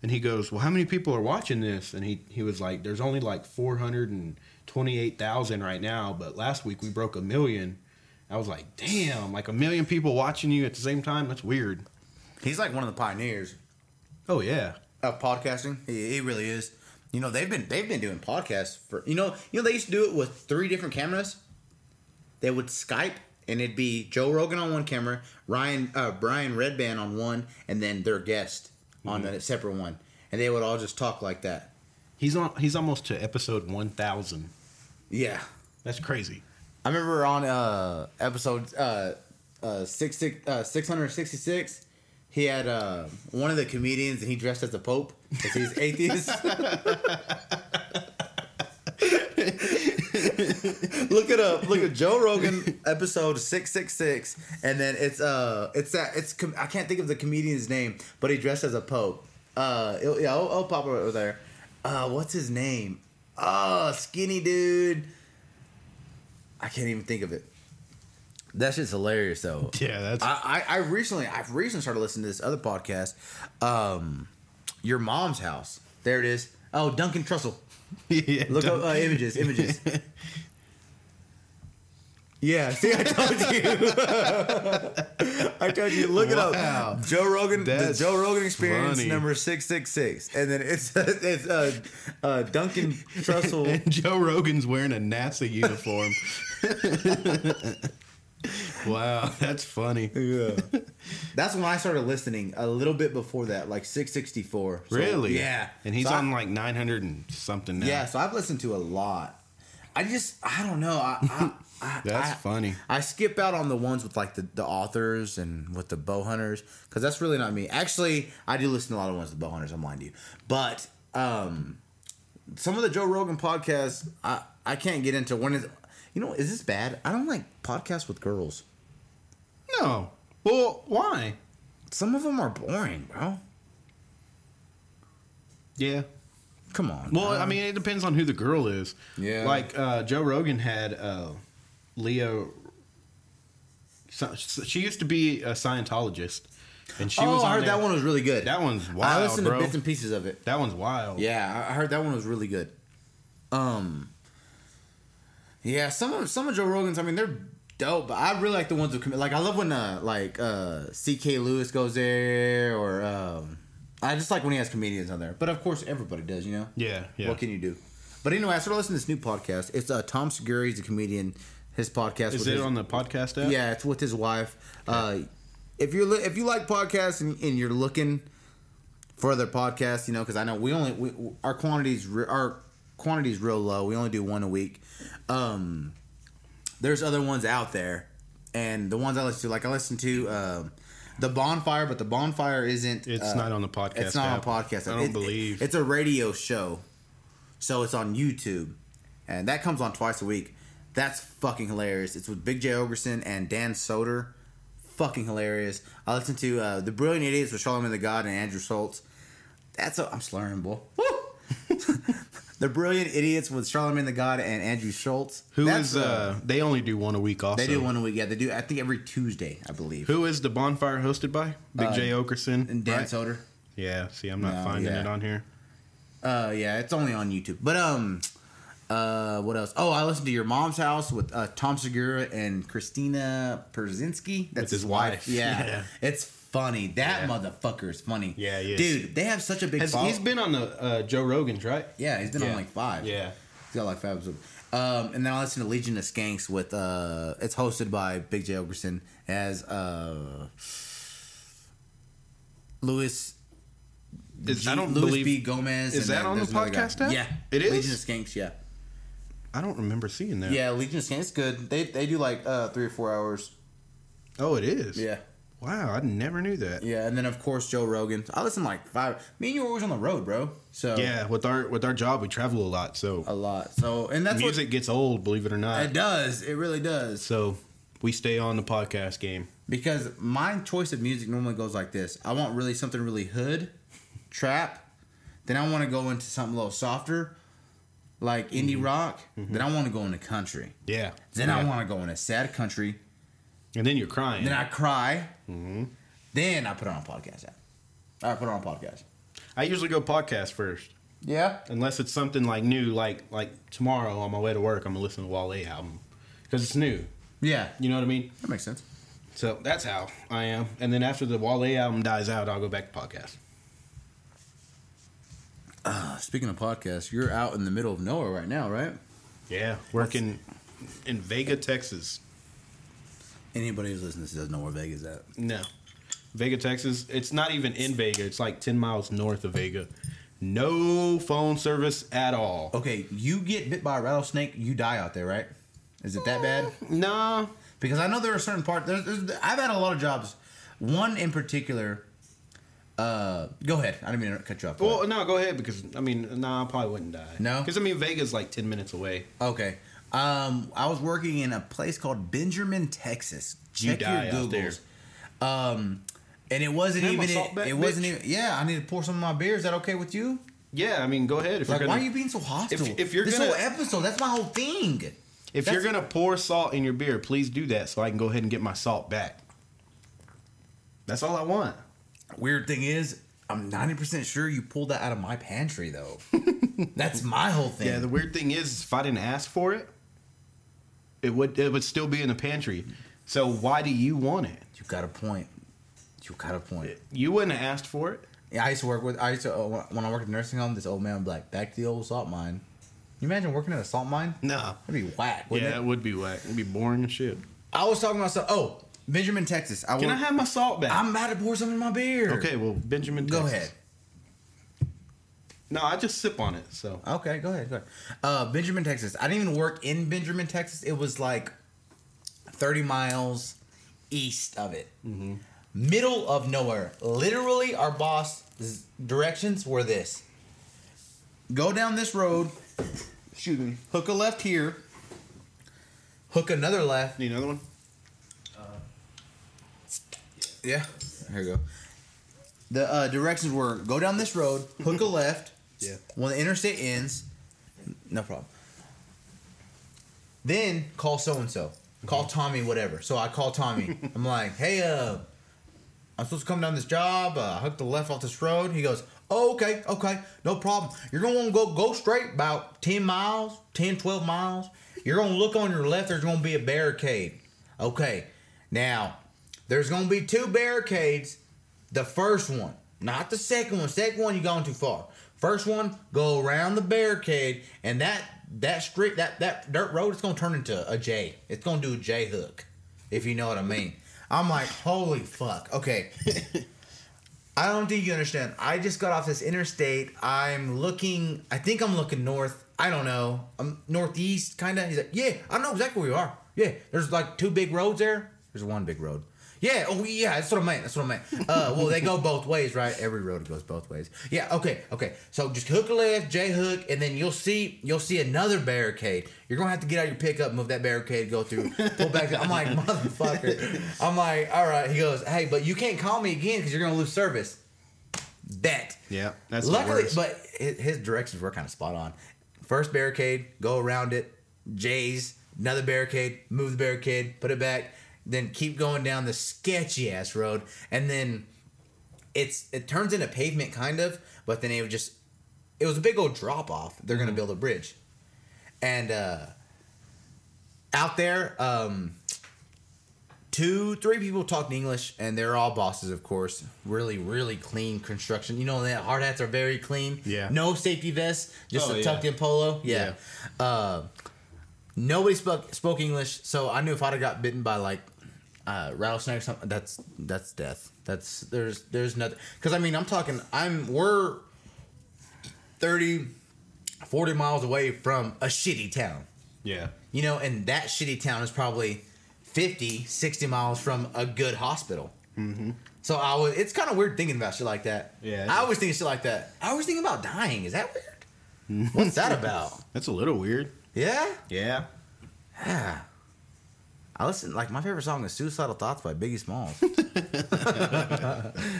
S3: And he goes, "Well, how many people are watching this?" And he he was like, "There's only like four hundred and twenty eight thousand right now, but last week we broke a million. I was like, "Damn, like a million people watching you at the same time? That's weird."
S2: He's like one of the pioneers
S3: Oh yeah,
S2: of podcasting. He, he really is. You know, they've been they've been doing podcasts for you know you know they used to do it with three different cameras. They would Skype and it'd be Joe Rogan on one camera, Ryan uh, Brian Redband on one, and then their guest on a separate one, and they would all just talk like that.
S3: he's on. He's almost to episode one thousand.
S2: Yeah,
S3: That's crazy.
S2: I remember on uh episode uh uh six six uh six hundred sixty six, he had uh one of the comedians and he dressed as the Pope because he's atheist. look it up. Look at Joe Rogan episode six six six, and then it's uh it's that it's com- I can't think of the comedian's name, but he dressed as a pope. Uh it, yeah, oh, oh pop up over there. Uh, what's his name? Oh, skinny dude. I can't even think of it. That shit's hilarious though.
S3: Yeah, that's
S2: I, I, I recently I've recently started listening to this other podcast, um, Your Mom's House. There it is. Oh, Duncan Trussell.
S3: yeah,
S2: Look
S3: dumb.
S2: up uh, images, images. yeah, see, I told you. I told you. Look it
S3: Wow.
S2: up. Joe Rogan,
S3: That's
S2: the Joe Rogan Experience,
S3: funny.
S2: number six six six, and then it's it's uh, uh, Duncan Trussell.
S3: And Joe Rogan's wearing a NASA uniform. wow, that's funny.
S2: yeah, that's when I started listening a little bit before that, like six sixty four.
S3: Really?
S2: Yeah,
S3: And he's
S2: So I-
S3: on like 900 and something now.
S2: Yeah, so I've listened to a lot. I just I don't know. I, I, I
S3: That's
S2: I-
S3: funny.
S2: I skip out on the ones with like the, the authors and with the bow hunters because that's really not me. Actually, I do listen to a lot of ones with bow hunters. I'm lying to you, but um, some of the Joe Rogan podcasts I I can't get into. One is you know is this bad? I don't like podcasts with girls.
S3: No. Well, why?
S2: Some of them are boring, bro.
S3: Yeah.
S2: Come on.
S3: Well,
S2: bro.
S3: I mean, it depends on who the girl is.
S2: Uh, Yeah.
S3: Like uh, Joe Rogan had uh, Leo. so- so- She used to be a Scientologist, and she
S2: oh,
S3: was. on
S2: I heard
S3: there-
S2: that one was really good.
S3: That one's wild,
S2: I listened
S3: bro.
S2: to bits and pieces of it.
S3: that one's wild.
S2: Yeah, I I heard that one was really good. Um, yeah, some of some of Joe Rogan's. I mean, they're dope, but I really like the ones with commit. Like, I love when uh, like uh, C.K. Lewis goes there, or um, I just like when he has comedians on there. But of course, everybody does, you know.
S3: Yeah. Yeah.
S2: What can you do? But anyway, I started listening to this new podcast. It's uh, Tom Segura. He's a comedian. His podcast
S3: is
S2: with
S3: it
S2: his-
S3: on the podcast app?
S2: yeah, it's with his wife. Uh, if you're li- if you like podcasts and, and you're looking for other podcasts, you know, because I know we only we, our quantities re- our quantities real low. We only do one a week. Um, there's other ones out there, and the ones I listen to, like I listen to um, the Bonfire, but the Bonfire isn't.
S3: It's
S2: uh,
S3: not on the podcast.
S2: It's not
S3: app.
S2: on podcast.
S3: I
S2: It-
S3: don't
S2: it-
S3: believe.
S2: it's a radio show, so it's on YouTube, and that comes on twice a week. That's fucking hilarious. It's with Big J Ogerson and Dan Soder. Fucking hilarious. I listened to uh, The Brilliant Idiots with Charlamagne the God and Andrew Schultz. That's a, I'm slurring, boy. Woo! the Brilliant Idiots with Charlamagne the God and Andrew Schultz.
S3: Who is
S2: That's,
S3: uh? They only do one a week. Also,
S2: They do one a week. Yeah, they do. I think every Tuesday, I believe.
S3: Who is the bonfire hosted by? Big
S2: Uh,
S3: J Okerson
S2: And Dan
S3: right?
S2: Soder.
S3: Yeah. See, I'm not
S2: No,
S3: finding
S2: yeah.
S3: it on here.
S2: Uh, yeah, it's only on YouTube. But um, uh, what else? Oh, I listened to Your Mom's House with uh, Tom Segura and Christina Perzinski. That's
S3: his wife.
S2: Yeah.
S3: Yeah.
S2: it's funny. That
S3: Yeah.
S2: motherfucker is funny.
S3: Yeah, he is.
S2: dude, they have such a big.
S3: Has,
S2: follow-
S3: he's been on the uh, Joe Rogan's, right?
S2: Yeah, he's been on
S3: Yeah.
S2: like five.
S3: Yeah.
S2: he's got like five episodes. Um, and then I listened to Legion of Skanks with uh, it's hosted by Big J Ogerson as uh, Louis.
S3: Is,
S2: G-
S3: I don't
S2: Louis
S3: believe.
S2: B. Gomez.
S3: Is
S2: and
S3: that
S2: then
S3: on the
S2: there's another guy.
S3: podcast app?
S2: Yeah,
S3: It is?
S2: Legion of Skanks. Yeah.
S3: I don't remember seeing that.
S2: Yeah, Legion of Skanks is good. They they do like uh, three or four hours.
S3: Oh, it is.
S2: Yeah,
S3: Wow, I never knew that.
S2: yeah, and then of course Joe Rogan. I listen like five. Me and you were always on the road, bro. So
S3: Yeah, with our with our job, we travel a lot, so
S2: a lot. So and Uh, that's
S3: music gets old, believe it or
S2: what
S3: not.
S2: it does. It really does
S3: So we stay on the podcast game.
S2: because my choice of music normally goes like this. I want really something really hood, trap. Then I want to go into something a little softer, like indie rock. Then I want to go into country.
S3: Yeah.
S2: Then I
S3: Mm-hmm. Yeah.
S2: want to go into sad country.
S3: and then you're crying.
S2: Then I cry.
S3: Mm-hmm.
S2: Then I put it on a podcast app. I put it on a podcast.
S3: I usually go podcast first,
S2: Yeah.
S3: unless it's something like new, like like tomorrow on my way to work, I'm gonna listen to Wale album because it's new.
S2: Yeah.
S3: You know what I mean?
S2: That makes sense.
S3: So that's how I am. And then after the Wale album dies out, I'll go back to podcast.
S2: Uh, speaking of podcasts, you're out in the middle of nowhere right now, right?
S3: Yeah, working in Vega, Texas.
S2: Anybody who's listening to this doesn't know where Vegas is at.
S3: No. Vega, Texas. It's not even in Vega. It's like 10 miles north of Vega. No phone service at all.
S2: Okay, you get bit by a rattlesnake, you die out there, right? Is it that bad?
S3: Nah.
S2: Because I know there are certain parts. There's, there's, I've had a lot of jobs. One in particular. Uh, go ahead. I didn't mean to cut you off.
S3: Well, no, go ahead because, I mean, nah, I probably wouldn't die.
S2: No?
S3: Because, I mean, Vega's like 10 minutes away.
S2: Okay. Um, I was working in a place called Benjamin, Texas.
S3: You
S2: Check
S3: die
S2: your
S3: out there.
S2: Googles. Um, and it wasn't
S3: Have my
S2: even.
S3: salt
S2: It,
S3: back,
S2: wasn't
S3: bitch.
S2: even. Yeah, I need to pour some of my beer. Is that okay with you?
S3: Yeah, I mean, go ahead. If
S2: Like,
S3: you're
S2: why
S3: gonna,
S2: are you being so hostile?
S3: If- if you're
S2: this
S3: gonna-
S2: whole episode, that's my whole thing.
S3: if
S2: that's-
S3: you're going to pour salt in your beer, please do that so I can go ahead and get my salt back. That's all I want.
S2: Weird thing is, I'm 90% sure you pulled that out of my pantry, though. that's my whole thing.
S3: Yeah, the weird thing is, if I didn't ask for it, it would it would still be in the pantry. So why do you want it?
S2: you got a point. You got a point.
S3: You wouldn't have asked for it.
S2: Yeah, I used to work with. I used to uh, when I worked at a nursing home. This old man would be like, "Back to the old salt mine." You imagine working at a salt mine?
S3: Nah.
S2: That'd be whack,
S3: Yeah,
S2: wouldn't
S3: that
S2: it?
S3: would be whack. It'd be boring as shit.
S2: I was talking about some. Oh, Benjamin, Texas. I
S3: Can I
S2: work-
S3: have my salt back?
S2: I'm about to pour some in my beer.
S3: okay, well, Benjamin.
S2: Go
S3: Texas.
S2: ahead.
S3: No, I just sip on it. So
S2: Okay, go ahead. Go ahead. Uh, Benjamin, Texas. I didn't even work in Benjamin, Texas. It was like 30 miles east of it. Middle of nowhere. Literally, our boss' directions were this go down this road, excuse me, hook a left here, hook another left,
S3: need another one.
S2: Yeah. Here we go. The uh, directions were go down this road, hook a left.
S3: Yeah.
S2: When the interstate ends, no problem. Then call so and so. Call Tommy, whatever. So I call Tommy. I'm like, hey, uh, I'm supposed to come down this job. Uh, I hooked the left off this road. He goes, oh, okay, okay, no problem. You're going to go go straight about 10 miles, 10, 12 miles. You're going to look on your left. There's going to be a barricade. Okay. Now, there's going to be two barricades. The first one, not the second one. Second one, you've gone too far. First one, go around the barricade, and that that street, that that dirt road, it's gonna turn into a J. It's gonna do a J hook, if you know what I mean. I'm like, holy fuck. Okay. I don't think you understand. I just got off this interstate. I'm looking. I think I'm looking north. I don't know. I'm northeast, kind of. He's like, yeah, I know exactly where you are. Yeah, there's like two big roads there. There's one big road. Yeah, oh yeah, that's what I meant. That's what I meant. Uh, well, they go both ways, right? Every road goes both ways. Yeah, okay, okay. So just hook a left, J hook, and then you'll see you'll see another barricade. You're gonna have to get out of your pickup, move that barricade, go through, pull back. I'm like motherfucker. I'm like, all right. He goes, hey, but you can't call me again because you're gonna lose service. Bet.
S3: Yeah, that's the
S2: Luckily,
S3: worst.
S2: but his, his directions were kind of spot on. First barricade, go around it. Jays, another barricade, move the barricade, put it back, then keep going down the sketchy ass road, and then it's it turns into pavement kind of, but then it would just it was a big old drop off. They're
S3: Mm-hmm.
S2: gonna build a bridge, and uh, out there, um, two, three people talked English, and they're all bosses, of course. Really, really clean construction. You know that hard hats are very clean.
S3: Yeah.
S2: No safety vests, just
S3: Oh,
S2: a tucked
S3: yeah.
S2: in polo. Yeah. Uh, nobody spoke spoke English, so I knew if I'd have got bitten by like uh, rattlesnake or something, that's that's death. That's there's there's nothing. Because I mean, I'm talking. I'm we're 30, 40 miles away from a shitty town.
S3: yeah.
S2: You know, and that shitty town is probably 50, 60 miles from a good hospital. Mm-hmm. So I was, it's kind of weird thinking about shit like that.
S3: Yeah, it
S2: I
S3: is.
S2: always think of shit like that. I always think about dying. Is that weird? What's that about?
S3: That's a little weird.
S2: Yeah?
S3: Yeah.
S2: Yeah. I listen, like, my favorite song is Suicidal Thoughts by Biggie Smalls.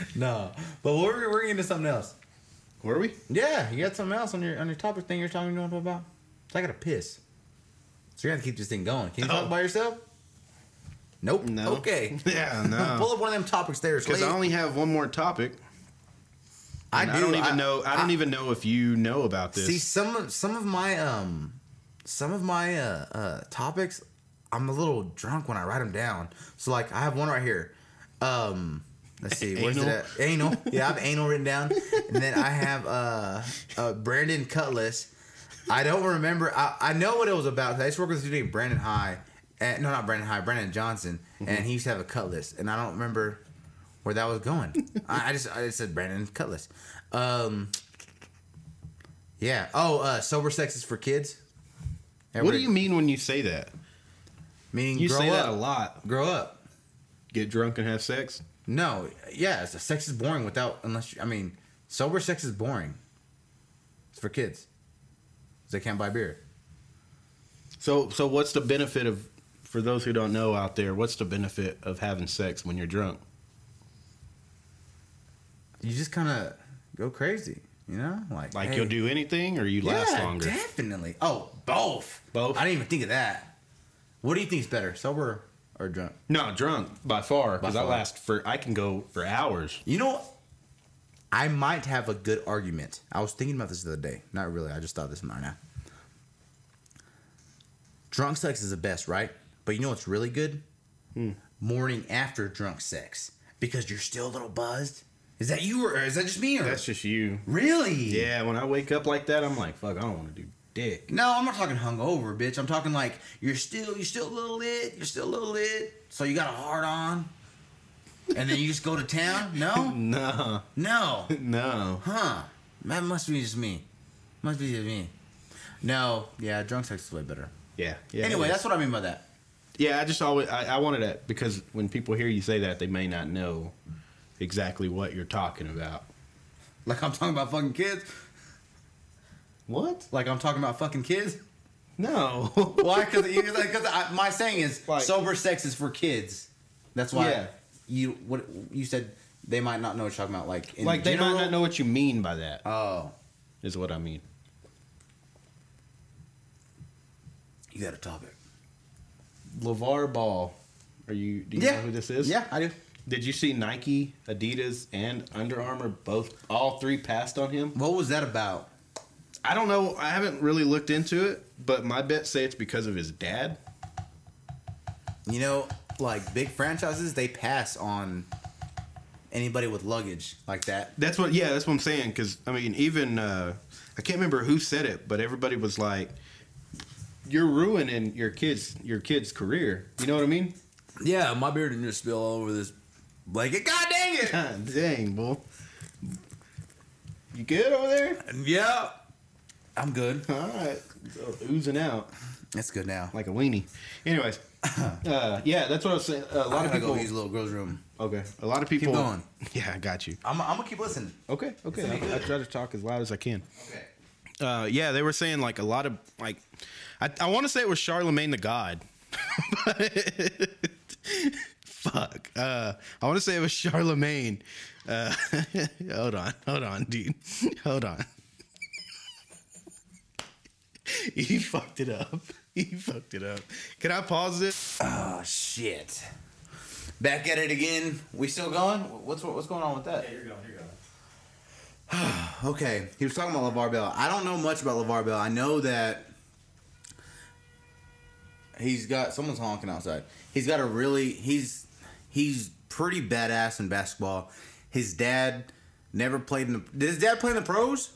S2: no. But we're, we're getting into something else.
S3: Were we?
S2: Yeah, you got something else on your on your topic thing you're talking about? So I got to piss. So you're going to keep this thing going. Can you talk
S3: Oh.
S2: by yourself? Nope.
S3: No.
S2: Okay.
S3: Yeah,
S2: Pull
S3: no.
S2: up one of them topics there.
S3: Because
S2: Slade.
S3: I only have one more topic.
S2: I
S3: and
S2: do.
S3: I don't even know. I don't even know if you know about this.
S2: see some of some of my um some of my uh, uh topics. I'm a little drunk when I write them down. So like I have one right here. Um, let's see. Where's it
S3: Anal.
S2: at? Anal. Yeah, I have anal written down, and then I have uh, uh Brandon Cutlass. I don't remember. I, I know what it was about. 'cause I used to work with this dude named Brandon High. Uh, no, not Brandon High. Brandon Johnson,
S3: Mm-hmm.
S2: and he used to have a cutlass, and I don't remember where that was going. I, I just I just said Brandon Cutlass. Um, yeah. Oh, uh, sober sex is for kids.
S3: what do you mean when you say that?
S2: mean?
S3: You
S2: grow
S3: say
S2: up.
S3: that a lot.
S2: Grow up.
S3: Get drunk and have sex.
S2: No. Yeah. it's- Sex is boring without unless you, I mean sober sex is boring. It's for kids. 'Cause They can't buy beer.
S3: So, so what's the benefit of? For those who don't know out there, what's the benefit of having sex when you're drunk?
S2: You just kind of go crazy. You know, like
S3: Like
S2: hey,
S3: you'll do anything, or you last
S2: yeah,
S3: longer.
S2: Definitely. Oh, both.
S3: Both?
S2: I didn't even think of that. What do you think's better, sober or drunk?
S3: No, drunk by far because I
S2: far.
S3: last for I can go for hours.
S2: You know, I might have a good argument. I was thinking about this the other day. Not really. I just thought this right now. Drunk sex is the best, right? But you know what's really good?
S3: Hmm.
S2: Morning after drunk sex because you're still a little buzzed. Is that you or is that just me? Or
S3: That's just you.
S2: really?
S3: Yeah, when I wake up like that, I'm like, fuck, I don't want to do dick.
S2: No, I'm not talking hungover, bitch. I'm talking like you're still you're still a little lit. You're still a little lit. So you got a hard on, and then you just go to town. No,
S3: No,
S2: no.
S3: no.
S2: Huh. That must be just me. Must be just me. No, yeah, drunk sex is way better.
S3: Yeah. yeah
S2: anyway,
S3: it is.
S2: that's what I mean by that.
S3: yeah. I just always I, I wanted that because when people hear you say that, they may not know exactly what you're talking about.
S2: Like I'm talking about fucking kids.
S3: What?
S2: Like I'm talking about fucking kids.
S3: No.
S2: Why? Because because my saying is
S3: Like-
S2: sober sex is for kids. That's why
S3: Yeah.
S2: you what you said they might not know what you're talking about. Like in
S3: like they
S2: general,
S3: might not know what you mean by that. Is
S2: Oh,
S3: what I mean.
S2: you got a topic.
S3: Levar Ball. Are you? Do you know who this is?
S2: Yeah, I do.
S3: Did you see Nike, Adidas, and Under Armour both all three passed on him?
S2: What was that about?
S3: I don't know. I haven't really looked into it, but my bet say it's because of his dad.
S2: You know, like big franchises, they pass on anybody with luggage like that.
S3: That's what. Yeah, that's what I'm saying. Because I mean, even uh, I can't remember who said it, but everybody was like, "You're ruining your kids, your kids' career." You know what I mean?
S2: Yeah, my beer didn't just spill all over this blanket. God dang it!
S3: God dang, bull. You good over there?
S2: Yeah. I'm good.
S3: All right, oozing out
S2: It's good now.
S3: like a weenie. Anyways, uh, yeah, that's what I was saying. A
S2: I
S3: lot of
S2: gotta
S3: people.
S2: go use a little girl's room.
S3: Okay, a lot of people.
S2: going.
S3: Yeah, I got you.
S2: I'm, I'm gonna keep listening.
S3: Okay, okay.
S2: It's okay.
S3: I, I try to talk as loud as I can.
S2: Okay.
S3: Uh, yeah, they were saying like a lot of like, I, I want to say it was Charlemagne the God. But- Fuck. Uh, I want to say it was Charlemagne. Uh, hold on, hold on, dude. Hold on. he fucked it up. He fucked it up. Can I pause this?
S2: Oh shit. Back at it again. We still going? What's what's going on with that?
S4: Yeah, you're going. You're going.
S2: Okay, he was talking about Levar Bell. I don't know much about Levar Bell. I know that he's got someone's honking outside. He's got a really he's he's pretty badass in basketball. His dad never played in the. Did his dad play in the pros?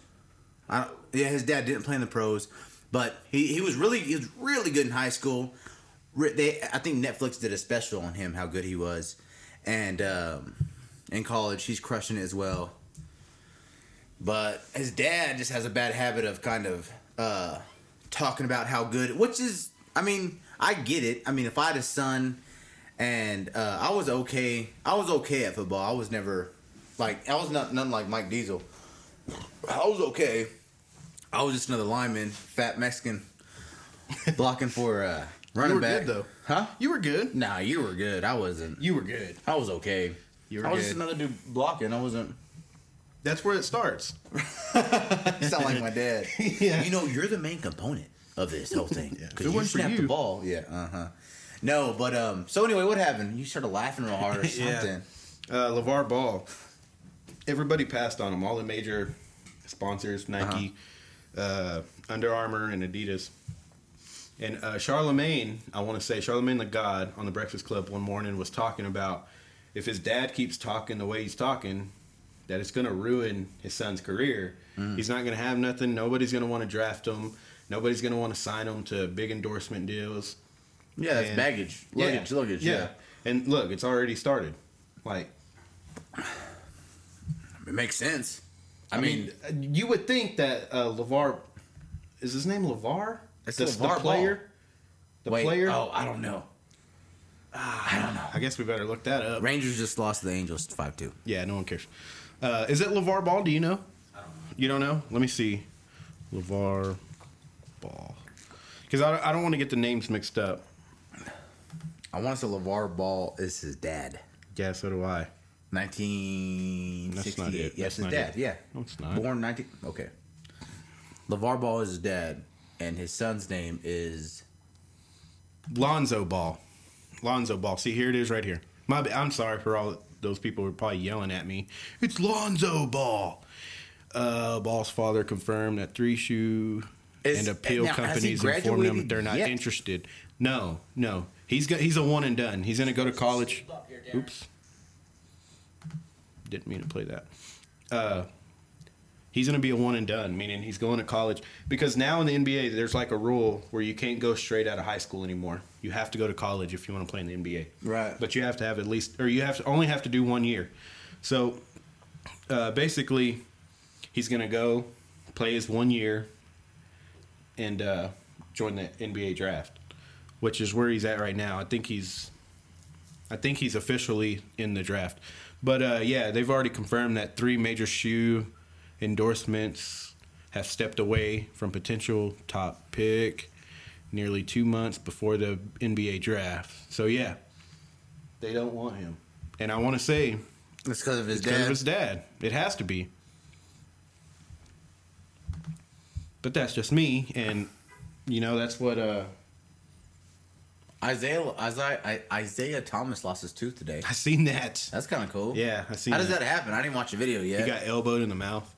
S2: I don't- yeah, his dad didn't play in the pros, but he, he was really he was really good in high school. Re- They I think Netflix did a special on him how good he was, and um, in college he's crushing it as well. But his dad just has a bad habit of kind of uh, talking about how good, which is, I mean, I get it. I mean, if I had a son, and uh, I was okay, I was okay at football. I was never like I was not nothing like Mike Diesel. I was okay. I was just another lineman, fat Mexican, blocking for uh, running
S3: You were
S2: back.
S3: good though.
S2: Huh?
S3: You were good.
S2: Nah, you were good. I wasn't.
S3: You were good.
S2: I was okay.
S3: You were
S2: I was
S3: good.
S2: just another dude blocking. I wasn't.
S3: That's where it starts.
S2: You sound like my dad.
S3: Yeah.
S2: You know, you're the main component of this whole thing.
S3: Yeah. If it
S2: Because you
S3: weren't for
S2: snapped the
S3: you.
S2: ball. Yeah. Uh huh. No, but um. So anyway, what happened? You started laughing real hard or
S3: Yeah.
S2: something.
S3: uh, LeVar Ball. Everybody passed on him. All the major sponsors,
S2: Uh-huh.
S3: Nike, uh Under Armour, and Adidas. And uh, Charlemagne, I want to say, Charlemagne the God on the Breakfast Club one morning was talking about if his dad keeps talking the way he's talking, that it's going to ruin his son's career.
S2: Mm.
S3: He's not going to have nothing. Nobody's going to want to draft him. Nobody's going to want to sign him to big endorsement deals.
S2: Yeah, that's
S3: And-
S2: baggage, luggage,
S3: Yeah.
S2: luggage. Yeah.
S3: And look, it's already started. Like,
S2: it makes sense. I,
S3: I
S2: mean,
S3: mean, you would think that uh, Levar is his name Levar.
S2: It's
S3: The-
S2: LeVar
S3: the player.
S2: Ball.
S3: The
S2: wait,
S3: player.
S2: Oh, I don't know.
S3: I guess we better look that up.
S2: Rangers just lost to the Angels five two.
S3: Yeah, no one cares. Uh, is it Levar Ball? Do you know?
S4: I don't know.
S3: You don't know? Let me see. Levar Ball. Because I, I don't want to get the names mixed up.
S2: I want to say Levar Ball is his dad.
S3: Yeah, so do I.
S2: Nineteen
S3: That's not
S2: sixty-eight.
S3: it.
S2: Yes,
S3: That's
S2: his
S3: not
S2: dad.
S3: it.
S2: Yeah.
S3: No, it's not.
S2: Born nineteen. Okay. Levar Ball is his dad, and his son's name is
S3: Lonzo Ball. Lonzo Ball. See, here it is right here. My, ba- I'm sorry for all those people who are probably yelling at me. It's Lonzo Ball. Uh, Ball's father confirmed that Three Shoe
S2: Is-
S3: and appeal
S2: now, has he
S3: companies informed him
S2: graduated
S3: they're not
S2: yet?
S3: interested. No, no. He's got, he's a one and done. He's going to go to college. Oops. Didn't mean to play that. Uh, he's going to be a one and done, meaning he's going to college. Because now in the NBA, there's like a rule where you can't go straight out of high school anymore. You have to go to college if you want to play in the NBA.
S2: Right.
S3: But you have to have at least, or you have to only have to do one year. So uh, basically, he's going to go play his one year and uh, join the NBA draft, which is where he's at right now. I think he's I think he's officially in the draft. But uh, yeah, they've already confirmed that three major shoe endorsements have stepped away from potential top pick nearly two months before the NBA draft. So yeah, they don't want him. And I want to say,
S2: It's because of his
S3: because
S2: dad.
S3: of his dad, it has to be. But that's just me, and you know that's what. Uh,
S2: Isaiah, Isaiah, I, Isaiah Thomas lost his tooth today.
S3: I seen that.
S2: That's kind of cool.
S3: Yeah, I seen.
S2: How does
S3: that.
S2: that happen? I didn't watch the video
S3: He
S2: yet.
S3: got elbowed in the mouth.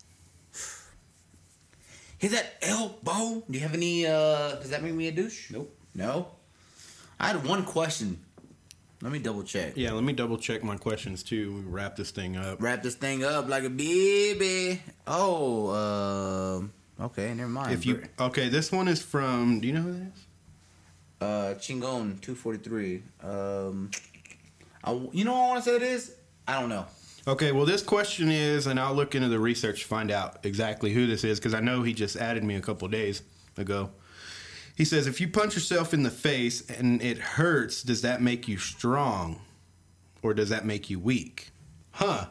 S2: Is that elbow? Do you have any? uh Does that make me a douche?
S3: Nope.
S2: No. I had one question. Let me double check.
S3: Yeah, let me double check my questions too. We wrap this thing up.
S2: Wrap this thing up like a baby. Oh, um, okay, never mind.
S3: If you okay, this one is from. Do you know who that is?
S2: uh, Chingon two forty three. Um, I, you know what I want to say it is. I don't know.
S3: Okay, well, this question is, and I'll look into the research to find out exactly who this is because I know he just added me a couple days ago. He says, if you punch yourself in the face and it hurts, does that make you strong or does that make you weak? Huh.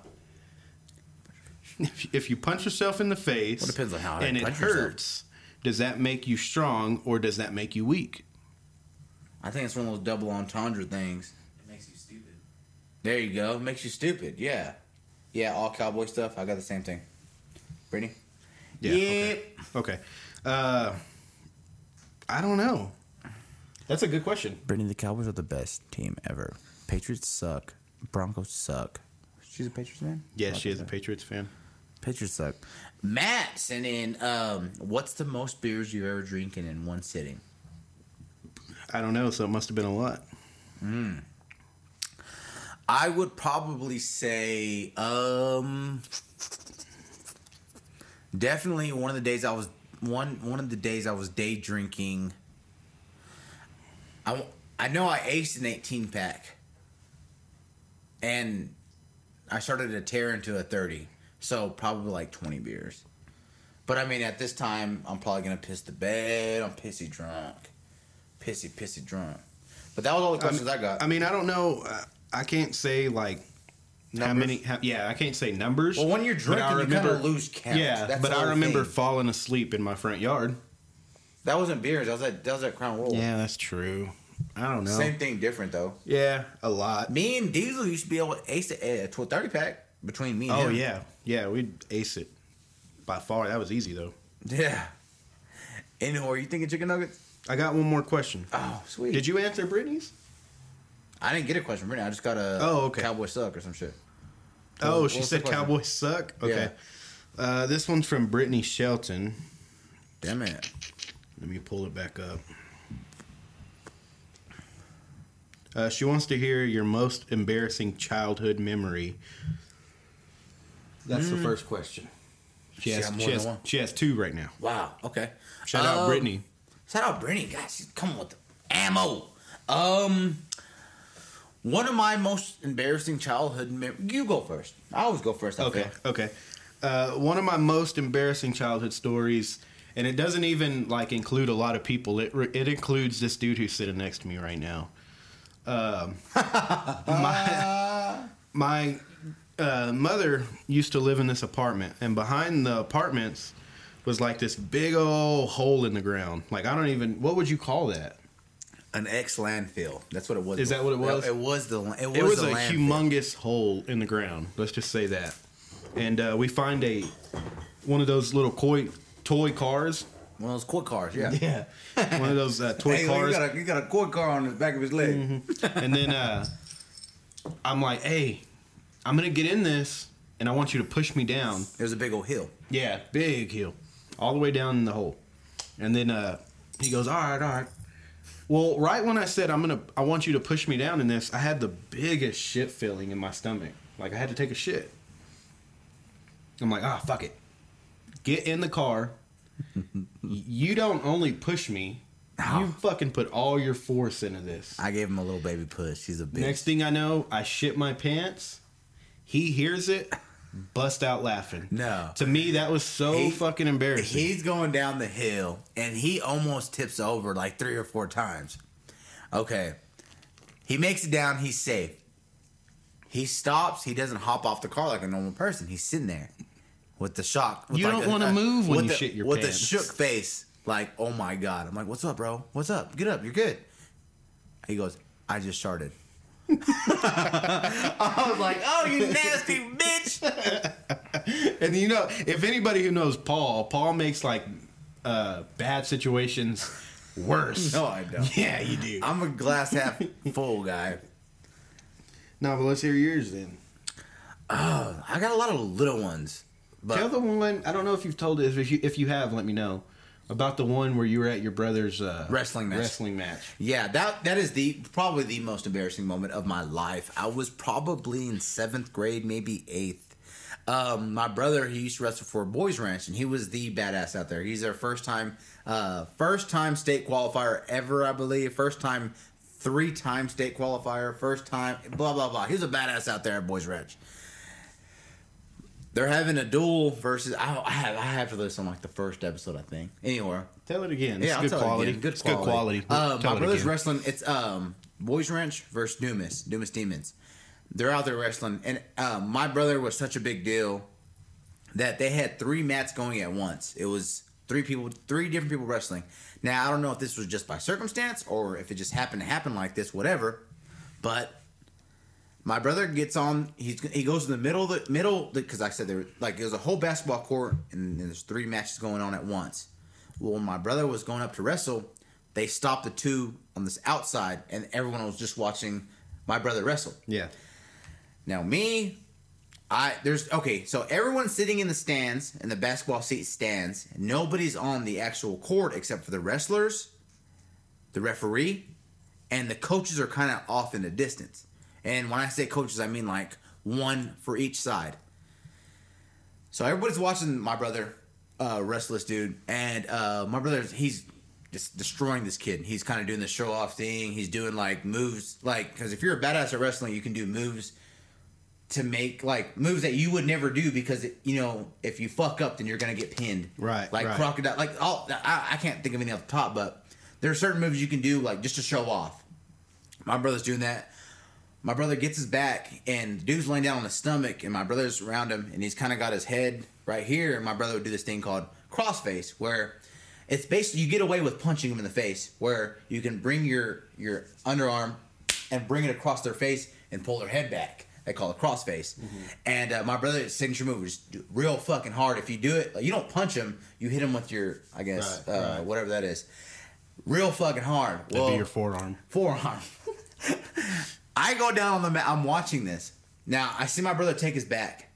S3: If, if you punch yourself in the face
S2: Well, depends on how I
S3: and it
S2: punch
S3: hurts,
S2: myself.
S3: does that make you strong or does that make you weak?
S2: I think it's one of those double entendre things.
S4: It makes you stupid.
S2: There you go. Makes you stupid. Yeah. Yeah, all cowboy stuff. I got the same thing. Brittany?
S3: Okay. okay. Uh, I don't know. That's a good question.
S2: Brittany, the Cowboys are the best team ever. Patriots suck. Broncos suck. She's a Patriots fan?
S3: Yeah,
S2: Fuck
S3: she is a
S2: yeah.
S3: Patriots fan.
S2: Patriots suck. Matt sent in, um, what's the most beers you've ever drinking in one sitting?
S3: I don't know, so it must have been a lot.
S2: I would probably say, um, definitely one of the days I was one one of the days I was day drinking. I w- I know I aced an eighteen pack, and I started to tear into a thirty, so probably like twenty beers. But I mean, at this time, I'm probably gonna piss the bed. I'm pissy drunk, pissy pissy drunk. But that was all the questions I, got.
S3: I mean, I don't know. uh, I can't say like how
S2: Numbers?
S3: many. How, yeah, I can't say numbers.
S2: Well, when you're
S3: but I
S2: drinking, you kind
S3: remember-
S2: of lose count.
S3: Yeah,
S2: That's
S3: but
S2: the
S3: I
S2: whole
S3: remember
S2: thing.
S3: falling asleep in my front yard.
S2: that wasn't beers. That was at that was at Crown Royal.
S3: Yeah, that's true. I don't know.
S2: Same thing, different though.
S3: Yeah, a lot.
S2: Me and Diesel used to be able to ace a, a tw- thirty pack between me. and
S3: Oh
S2: him.
S3: yeah, yeah, we'd ace it by far. That was easy though.
S2: yeah. And or you thinking chicken nuggets?
S3: I got one more question.
S2: Oh, sweet.
S3: Did you answer Brittany's?
S2: I didn't get a question from Brittany. I just got a
S3: Oh, okay.
S2: cowboy suck or some shit.
S3: Oh,
S2: What
S3: she
S2: was the
S3: said
S2: question?
S3: cowboys suck. Okay. Uh, this one's from Brittany Shelton.
S2: Damn it.
S3: Let me pull it back up. Uh, she wants to hear your most embarrassing childhood memory. That's the first question. She
S2: She
S3: has,
S2: got more
S3: she,
S2: than
S3: has,
S2: one.
S3: she has two right now.
S2: Wow. Okay.
S3: Shout out
S2: Um,
S3: Brittany.
S2: Shout out Brittany. God, she's coming with the ammo. Um, one of my most embarrassing childhood. Mem- you go first. I always go first. I
S3: Okay.
S2: feel.
S3: Okay. Uh, one of my most embarrassing childhood stories, and it doesn't even like include a lot of people. It re- it includes this dude who's sitting next to me right now. Um, my my uh, mother used to live in this apartment, and behind the apartments was like this big old hole in the ground. Like I don't even what would you call that?
S2: An ex landfill. That's what it was.
S3: Is that what it was?
S2: It was the. It was,
S3: It was
S2: the
S3: a
S2: landfill.
S3: humongous hole in the ground. Let's just say that. And uh, we find a one of those little koi, toy cars.
S2: One of those quad cars. Yeah.
S3: Yeah, one of those uh, toy
S2: Hey, look,
S3: cars. Mm-hmm.
S2: you got a you got a quad car on the back of his leg.
S3: and then uh, I'm like, "Hey, I'm gonna get in this, and I want you to push me down."
S2: It was a big old hill.
S3: Yeah, big hill, all the way down in the hole. And then uh, he goes, "All right, all right." Well, right when I said I'm gonna, I want you to push me down in this, I had the biggest shit feeling in my stomach. Like I had to take a shit. I'm like, ah, fuck it. Get in the car. Y- you don't only push me. You fucking put all your force into this.
S2: I gave him a little baby push. She's a Ah, bitch.
S3: Next thing I know, I shit my pants. He hears it, bust out laughing.
S2: No.
S3: To me, that was so
S2: He-
S3: fucking embarrassing.
S2: He's going down the hill and he almost tips over like three or four times. Okay. He makes it down, he's safe. He stops, he doesn't hop off the car like a normal person. He's sitting there with the shock. with
S3: You
S2: like
S3: don't
S2: a-
S3: wanna
S2: a-
S3: move when
S2: with
S3: you
S2: the-
S3: shit your
S2: With
S3: pants.
S2: a shook face, like, oh my God. I'm like, what's up, bro? What's up? Get up, you're good. He goes, I just started. I was like, oh, you nasty bitch.
S3: and you know, if anybody who knows Paul, Paul makes like uh, bad situations worse.
S2: No, I don't.
S3: Yeah, you do.
S2: I'm a glass half full guy.
S3: No, but let's hear yours then.
S2: I got a lot of little ones. But
S3: Tell the one. I don't know if you've told it. If you if you have, let me know about the one where you were at your brother's uh,
S2: Wrestling match.
S3: Wrestling match.
S2: yeah, that that is the probably the most embarrassing moment of my life. I was probably in seventh grade, maybe eighth. Um, my brother, he used to wrestle for Boys Ranch, and he was the badass out there. He's their first time, uh, first time state qualifier ever, I believe. First time, three time state qualifier. First time, blah blah blah. He was a badass out there at Boys Ranch. They're having a duel versus. I, I have I have for this on like the first episode, I think. Anywhere.
S3: Tell it again. It's
S2: yeah, I'll
S3: good,
S2: tell it
S3: quality.
S2: again. Good
S3: It's
S2: quality.
S3: Good quality.
S2: Uh, my brother's wrestling. It's um, Boys Ranch versus Dumas. Dumas Demons. They're out there wrestling, and uh, my brother was such a big deal that they had three mats going at once. It was three people, three different people wrestling. Now I don't know if this was just by circumstance or if it just happened to happen like this, whatever. But my brother gets on. He's he goes in the middle of the middle because I said there were- like there's a whole basketball court and, and there's three matches going on at once. Well, when my brother was going up to wrestle, they stopped the two on this outside, and everyone was just watching my brother wrestle.
S3: Yeah.
S2: Now me, I there's okay. So everyone's sitting in the stands in the basketball seat stands. Nobody's on the actual court except for the wrestlers, the referee, and the coaches are kind of off in the distance. And when I say coaches, I mean like one for each side. So everybody's watching my brother, uh, restless dude, and uh, my brother he's just destroying this kid. He's kind of doing the show off thing. He's doing like moves, like because if you're a badass at wrestling, you can do moves to make like moves that you would never do because it, you know if you fuck up then you're gonna get pinned
S3: Right,
S2: like
S3: right.
S2: crocodile like all I, I can't think of anything off the top but there are certain moves you can do like just to show off my brother's doing that my brother gets his back and dude's laying down on his stomach and my brother's around him and he's kind of got his head right here and my brother would do this thing called crossface where it's basically you get away with punching him in the face where you can bring your your underarm and bring it across their face and pull their head back they call it crossface
S3: Mm-hmm.
S2: and uh, my brother's signature move is do- real fucking hard if you do it like, you don't punch him you hit him with your i guess
S3: Right,
S2: uh,
S3: right.
S2: whatever that is real fucking hard
S3: That'd
S2: Well,
S3: be your forearm.
S2: forearm. I go down on the mat. I'm watching this. Now I see my brother take his back,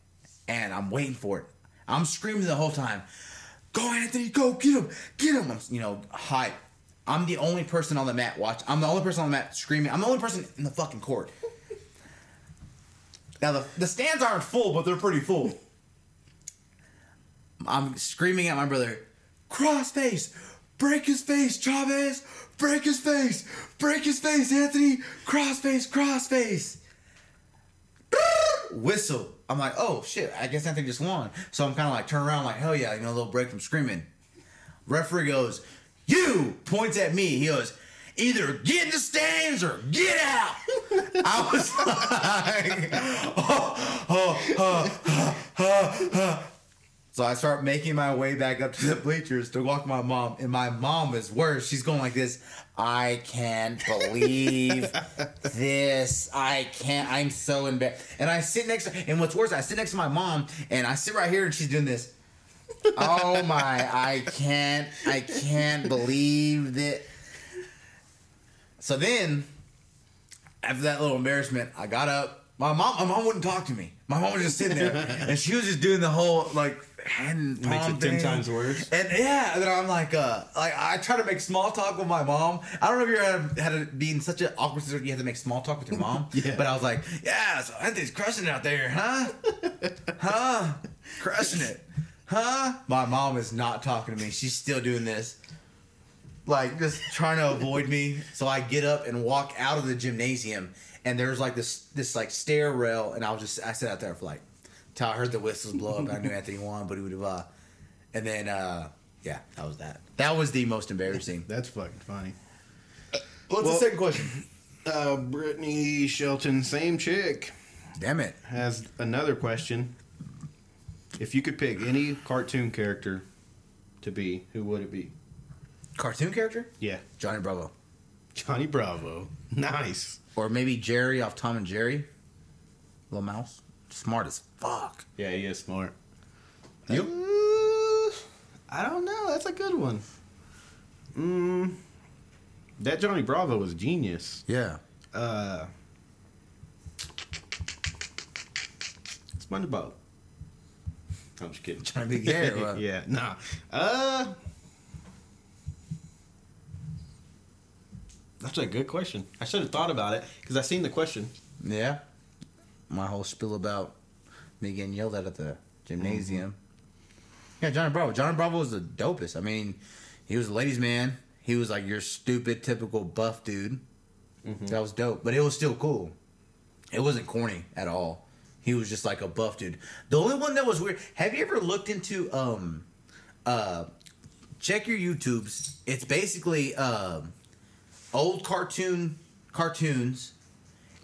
S2: and I'm waiting for it. I'm screaming the whole time, "Go, Anthony! Go get him! Get him!" I'm, you know, hype. I'm the only person on the mat. Watch. I'm the only person on the mat screaming. I'm the only person in the fucking court. Now the the stands aren't full, but they're pretty full. I'm screaming at my brother, crossface, break his face, Chavez, break his face, break his face, Anthony, crossface, crossface. Whistle. I'm like, oh shit, I guess Anthony just won. So I'm kind of like, turn around, like, hell yeah, you know, a little break from screaming. Referee goes, you points at me. He goes, either get in the stands or get out. I was like, oh, oh, oh, oh, oh, oh. So I start making my way back up to the bleachers to walk my mom, and my mom is worse. She's going like this. I can't believe this. I can't. I'm so embarrassed. And I sit next to, and what's worse, I sit next to my mom, and I sit right here, and she's doing this. Oh my! I can't. I can't believe that. So then, after that little embarrassment, I got up. My mom, my mom wouldn't talk to me. My mom was just sitting there, and she was just doing the whole like hand palm
S3: Makes it ten
S2: thing.
S3: times worse.
S2: And yeah, and then I'm like, uh, like I try to make small talk with my mom. I don't know if you ever had- had to be in such an awkward situation you had to make small talk with your mom.
S3: Yeah.
S2: But I was like, yeah, so Anthony's crushing it out there, huh? huh? Crushing it, huh? My mom is not talking to me. She's still doing this, like just trying to avoid me. So I get up and walk out of the gymnasium, and there's like this this like stair rail, and I was just I sat out there for like till I heard the whistles blow up. and I knew Anthony won, but he would have. Uh, and then, uh, yeah, that was that. That was the most embarrassing.
S3: That's fucking funny.
S2: What's
S3: Well-
S2: the second question?
S3: Uh, Brittany Shelton, same chick,
S2: Damn it.
S3: has another question. If you could pick any cartoon character to be, who would it be?
S2: Cartoon character?
S3: Yeah,
S2: Johnny Bravo.
S3: Johnny Bravo. Nice.
S2: Or maybe Jerry off Tom and Jerry. Little mouse. Smart as fuck.
S3: Yeah, he is smart.
S2: You?
S3: Uh, I don't know. That's a good one. Mm, that Johnny Bravo was genius.
S2: Yeah.
S3: Uh, SpongeBob. I'm just kidding.
S2: Johnny Big Hair, uh,
S3: yeah, nah. Uh, that's a good question. I should have thought about it because I seen the question.
S2: Yeah. My whole spiel about me getting yelled at at the gymnasium. Mm-hmm. Yeah, Johnny Bravo. Johnny Bravo was the dopest. I mean, he was a ladies' man. He was like your stupid, typical buff dude. That was dope, but it was still cool. It wasn't corny at all. He was just like a buff dude. The only one that was weird. Have you ever looked into um uh check your YouTubes. It's basically um old cartoon cartoons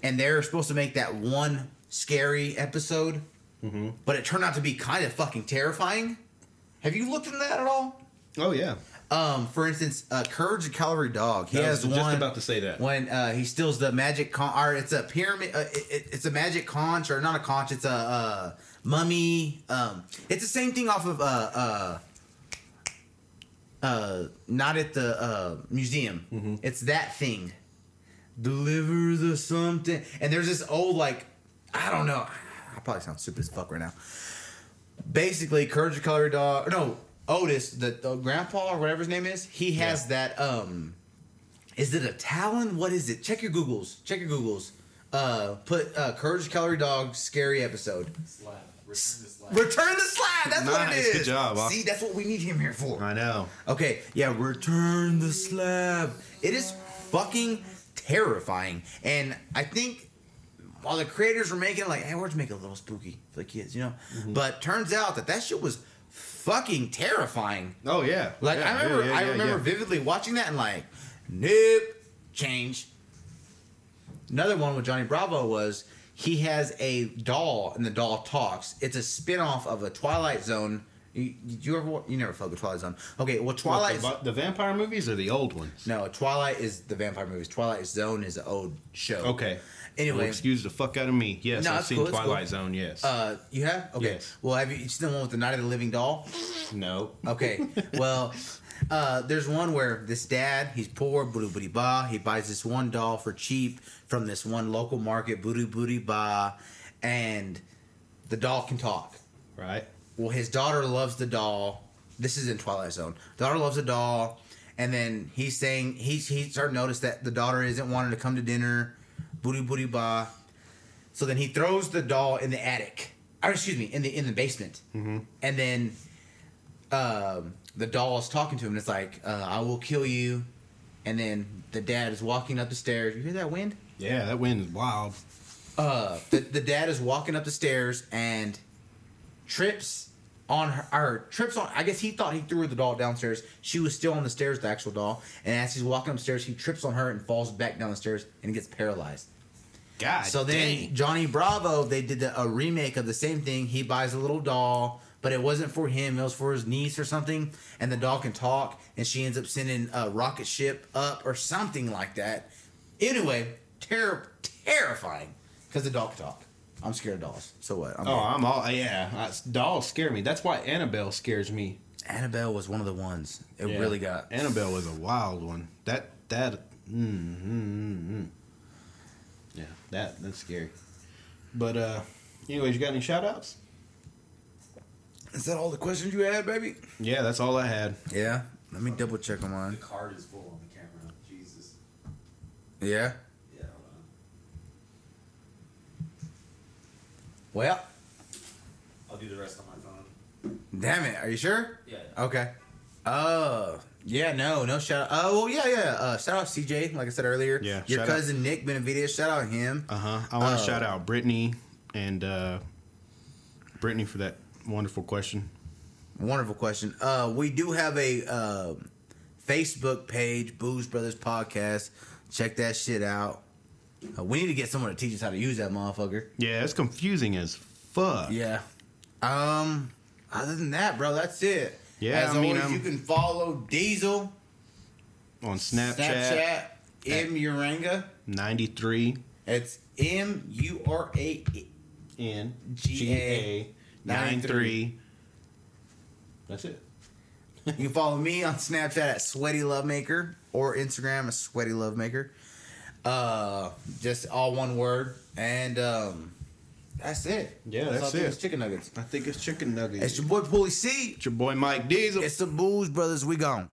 S2: and they're supposed to make that one scary episode.
S3: Mm-hmm.
S2: But it turned out to be kind of fucking terrifying. Have you looked into that at all?
S3: Oh yeah.
S2: Um, for instance, uh, Courage the Cowardly Dog. He
S3: I
S2: has
S3: was just
S2: one
S3: about to say that.
S2: when uh, he steals the magic con or it's a pyramid uh, it, it- it's a magic conch or not a conch it's a uh, mummy um, it's the same thing off of uh, uh, uh, not at the uh, museum it's that thing deliver the something and there's this old like i don't know i probably sound stupid as fuck right now basically courage the colored dog no otis the, the grandpa or whatever his name is he has that um is it a talon? What is it? Check your Googles. Check your Googles. Uh, put uh, Courage the Calorie Dog scary episode.
S4: Slab. Return to slab.
S2: Return the slab. That's what it
S3: Nice,
S2: is.
S3: good job, Austin.
S2: See, that's what we need him here for.
S3: I know.
S2: Okay, yeah, return the slab. It is fucking terrifying, and I think while the creators were making it, like, hey, we're to make it a little spooky for the kids, you know.
S3: Mm-hmm.
S2: But turns out that that shit was fucking terrifying.
S3: Oh yeah.
S2: Like
S3: Yeah,
S2: I remember,
S3: yeah, yeah,
S2: I
S3: yeah,
S2: remember
S3: yeah.
S2: vividly watching that and like, nope, change. Another one with Johnny Bravo was he has a doll and the doll talks. It's a spin-off of a Twilight Zone. You, did you ever? wa- You never fucked with Twilight Zone. Okay, well,
S3: What,
S2: Twilight.
S3: the, va- the vampire movies or the old ones.
S2: no, Twilight is the vampire movies. Twilight Zone is the old show.
S3: Okay.
S2: Anyway.
S3: Well, excuse the fuck out of me. Yes,
S2: No,
S3: I've
S2: it's
S3: seen
S2: cool, it's
S3: Twilight
S2: cool.
S3: Zone. Yes.
S2: Uh, you have okay.
S3: Yes.
S2: Well, have you, you seen the one with the Night of the Living Doll?
S3: no.
S2: Okay. Well, uh, there's one where this dad, he's poor, booty booty ba. He buys this one doll for cheap from this one local market, booty booty ba, and the doll can talk.
S3: Right.
S2: Well, his daughter loves the doll. This is in Twilight Zone. Daughter loves the doll, and then he's saying he's he started to notice that the daughter isn't wanting to come to dinner, booty booty ba. So then he throws the doll in the attic, or excuse me, in the in the basement, and then um, the doll is talking to him. and It's like uh, I will kill you, and then the dad is walking up the stairs. You hear that wind?
S3: Yeah, that wind is wild.
S2: uh, the, the dad is walking up the stairs and trips on her or trips on I guess he thought he threw the doll downstairs. She was still on the stairs, the actual doll, and as he's walking upstairs, he trips on her and falls back down the stairs and gets paralyzed.
S3: God.
S2: so then
S3: dang.
S2: Johnny Bravo, they did the, a remake of the same thing. He buys a little doll, but it wasn't for him. It was for his niece or something. And the doll can talk, and she ends up sending a rocket ship up or something like that. Anyway, ter- terrifying because the doll can talk. I'm scared of dolls. So what? I'm
S3: Oh, I'm all yeah. uh, Dolls scare me. That's why Annabelle scares me.
S2: Annabelle was one of the ones. It
S3: Yeah.
S2: really got.
S3: Annabelle was a wild one. That that. Mm, mm, mm. Yeah, that that's scary. But uh, anyways, you got any shout outs?
S2: Is that all the questions you had, baby?
S3: Yeah, that's all I had.
S2: Yeah. Let me double check on
S4: The
S2: mine.
S4: card is full on the camera. Jesus.
S2: Yeah.
S4: Yeah. Hold on.
S2: Well,
S4: I'll do the rest on my phone.
S2: damn it. Are you sure?
S4: Yeah. yeah.
S2: Okay. Oh, yeah, no, no shout out. Oh, well, yeah, yeah. Uh, shout out CJ, like I said earlier.
S3: Yeah,
S2: Your
S3: shout out.
S2: cousin Nick Benavides, shout out him.
S3: Uh huh. I want to
S2: Oh.
S3: shout out Brittany and uh, Brittany for that wonderful question.
S2: Wonderful question. Uh, we do have a uh, Facebook page, Booze Brothers Podcast. Check that shit out. Uh, we need to get someone to teach us how to use that motherfucker.
S3: Yeah, it's confusing as fuck.
S2: Yeah. Um. Other than that, bro, that's it.
S3: Yeah,
S2: As
S3: I mean,
S2: always,
S3: um, I'm-
S2: you can follow Diesel
S3: On Snapchat,
S2: Snapchat M Uranga.
S3: ninety three
S2: It's M U R A. E.
S3: N
S2: G
S3: G
S2: A
S3: A nine
S2: 93.
S3: three. That's it.
S2: You can follow me on Snapchat at Sweaty Lovemaker or Instagram at Sweaty Lovemaker. Uh, just all one word, and um, that's it.
S3: Yeah, that's
S2: all I think
S3: it.
S2: is Chicken nuggets.
S3: I think it's chicken nuggets.
S2: It's your boy Pulley C.
S3: It's your boy Mike Diesel.
S2: It's the Booze Brothers. We gone.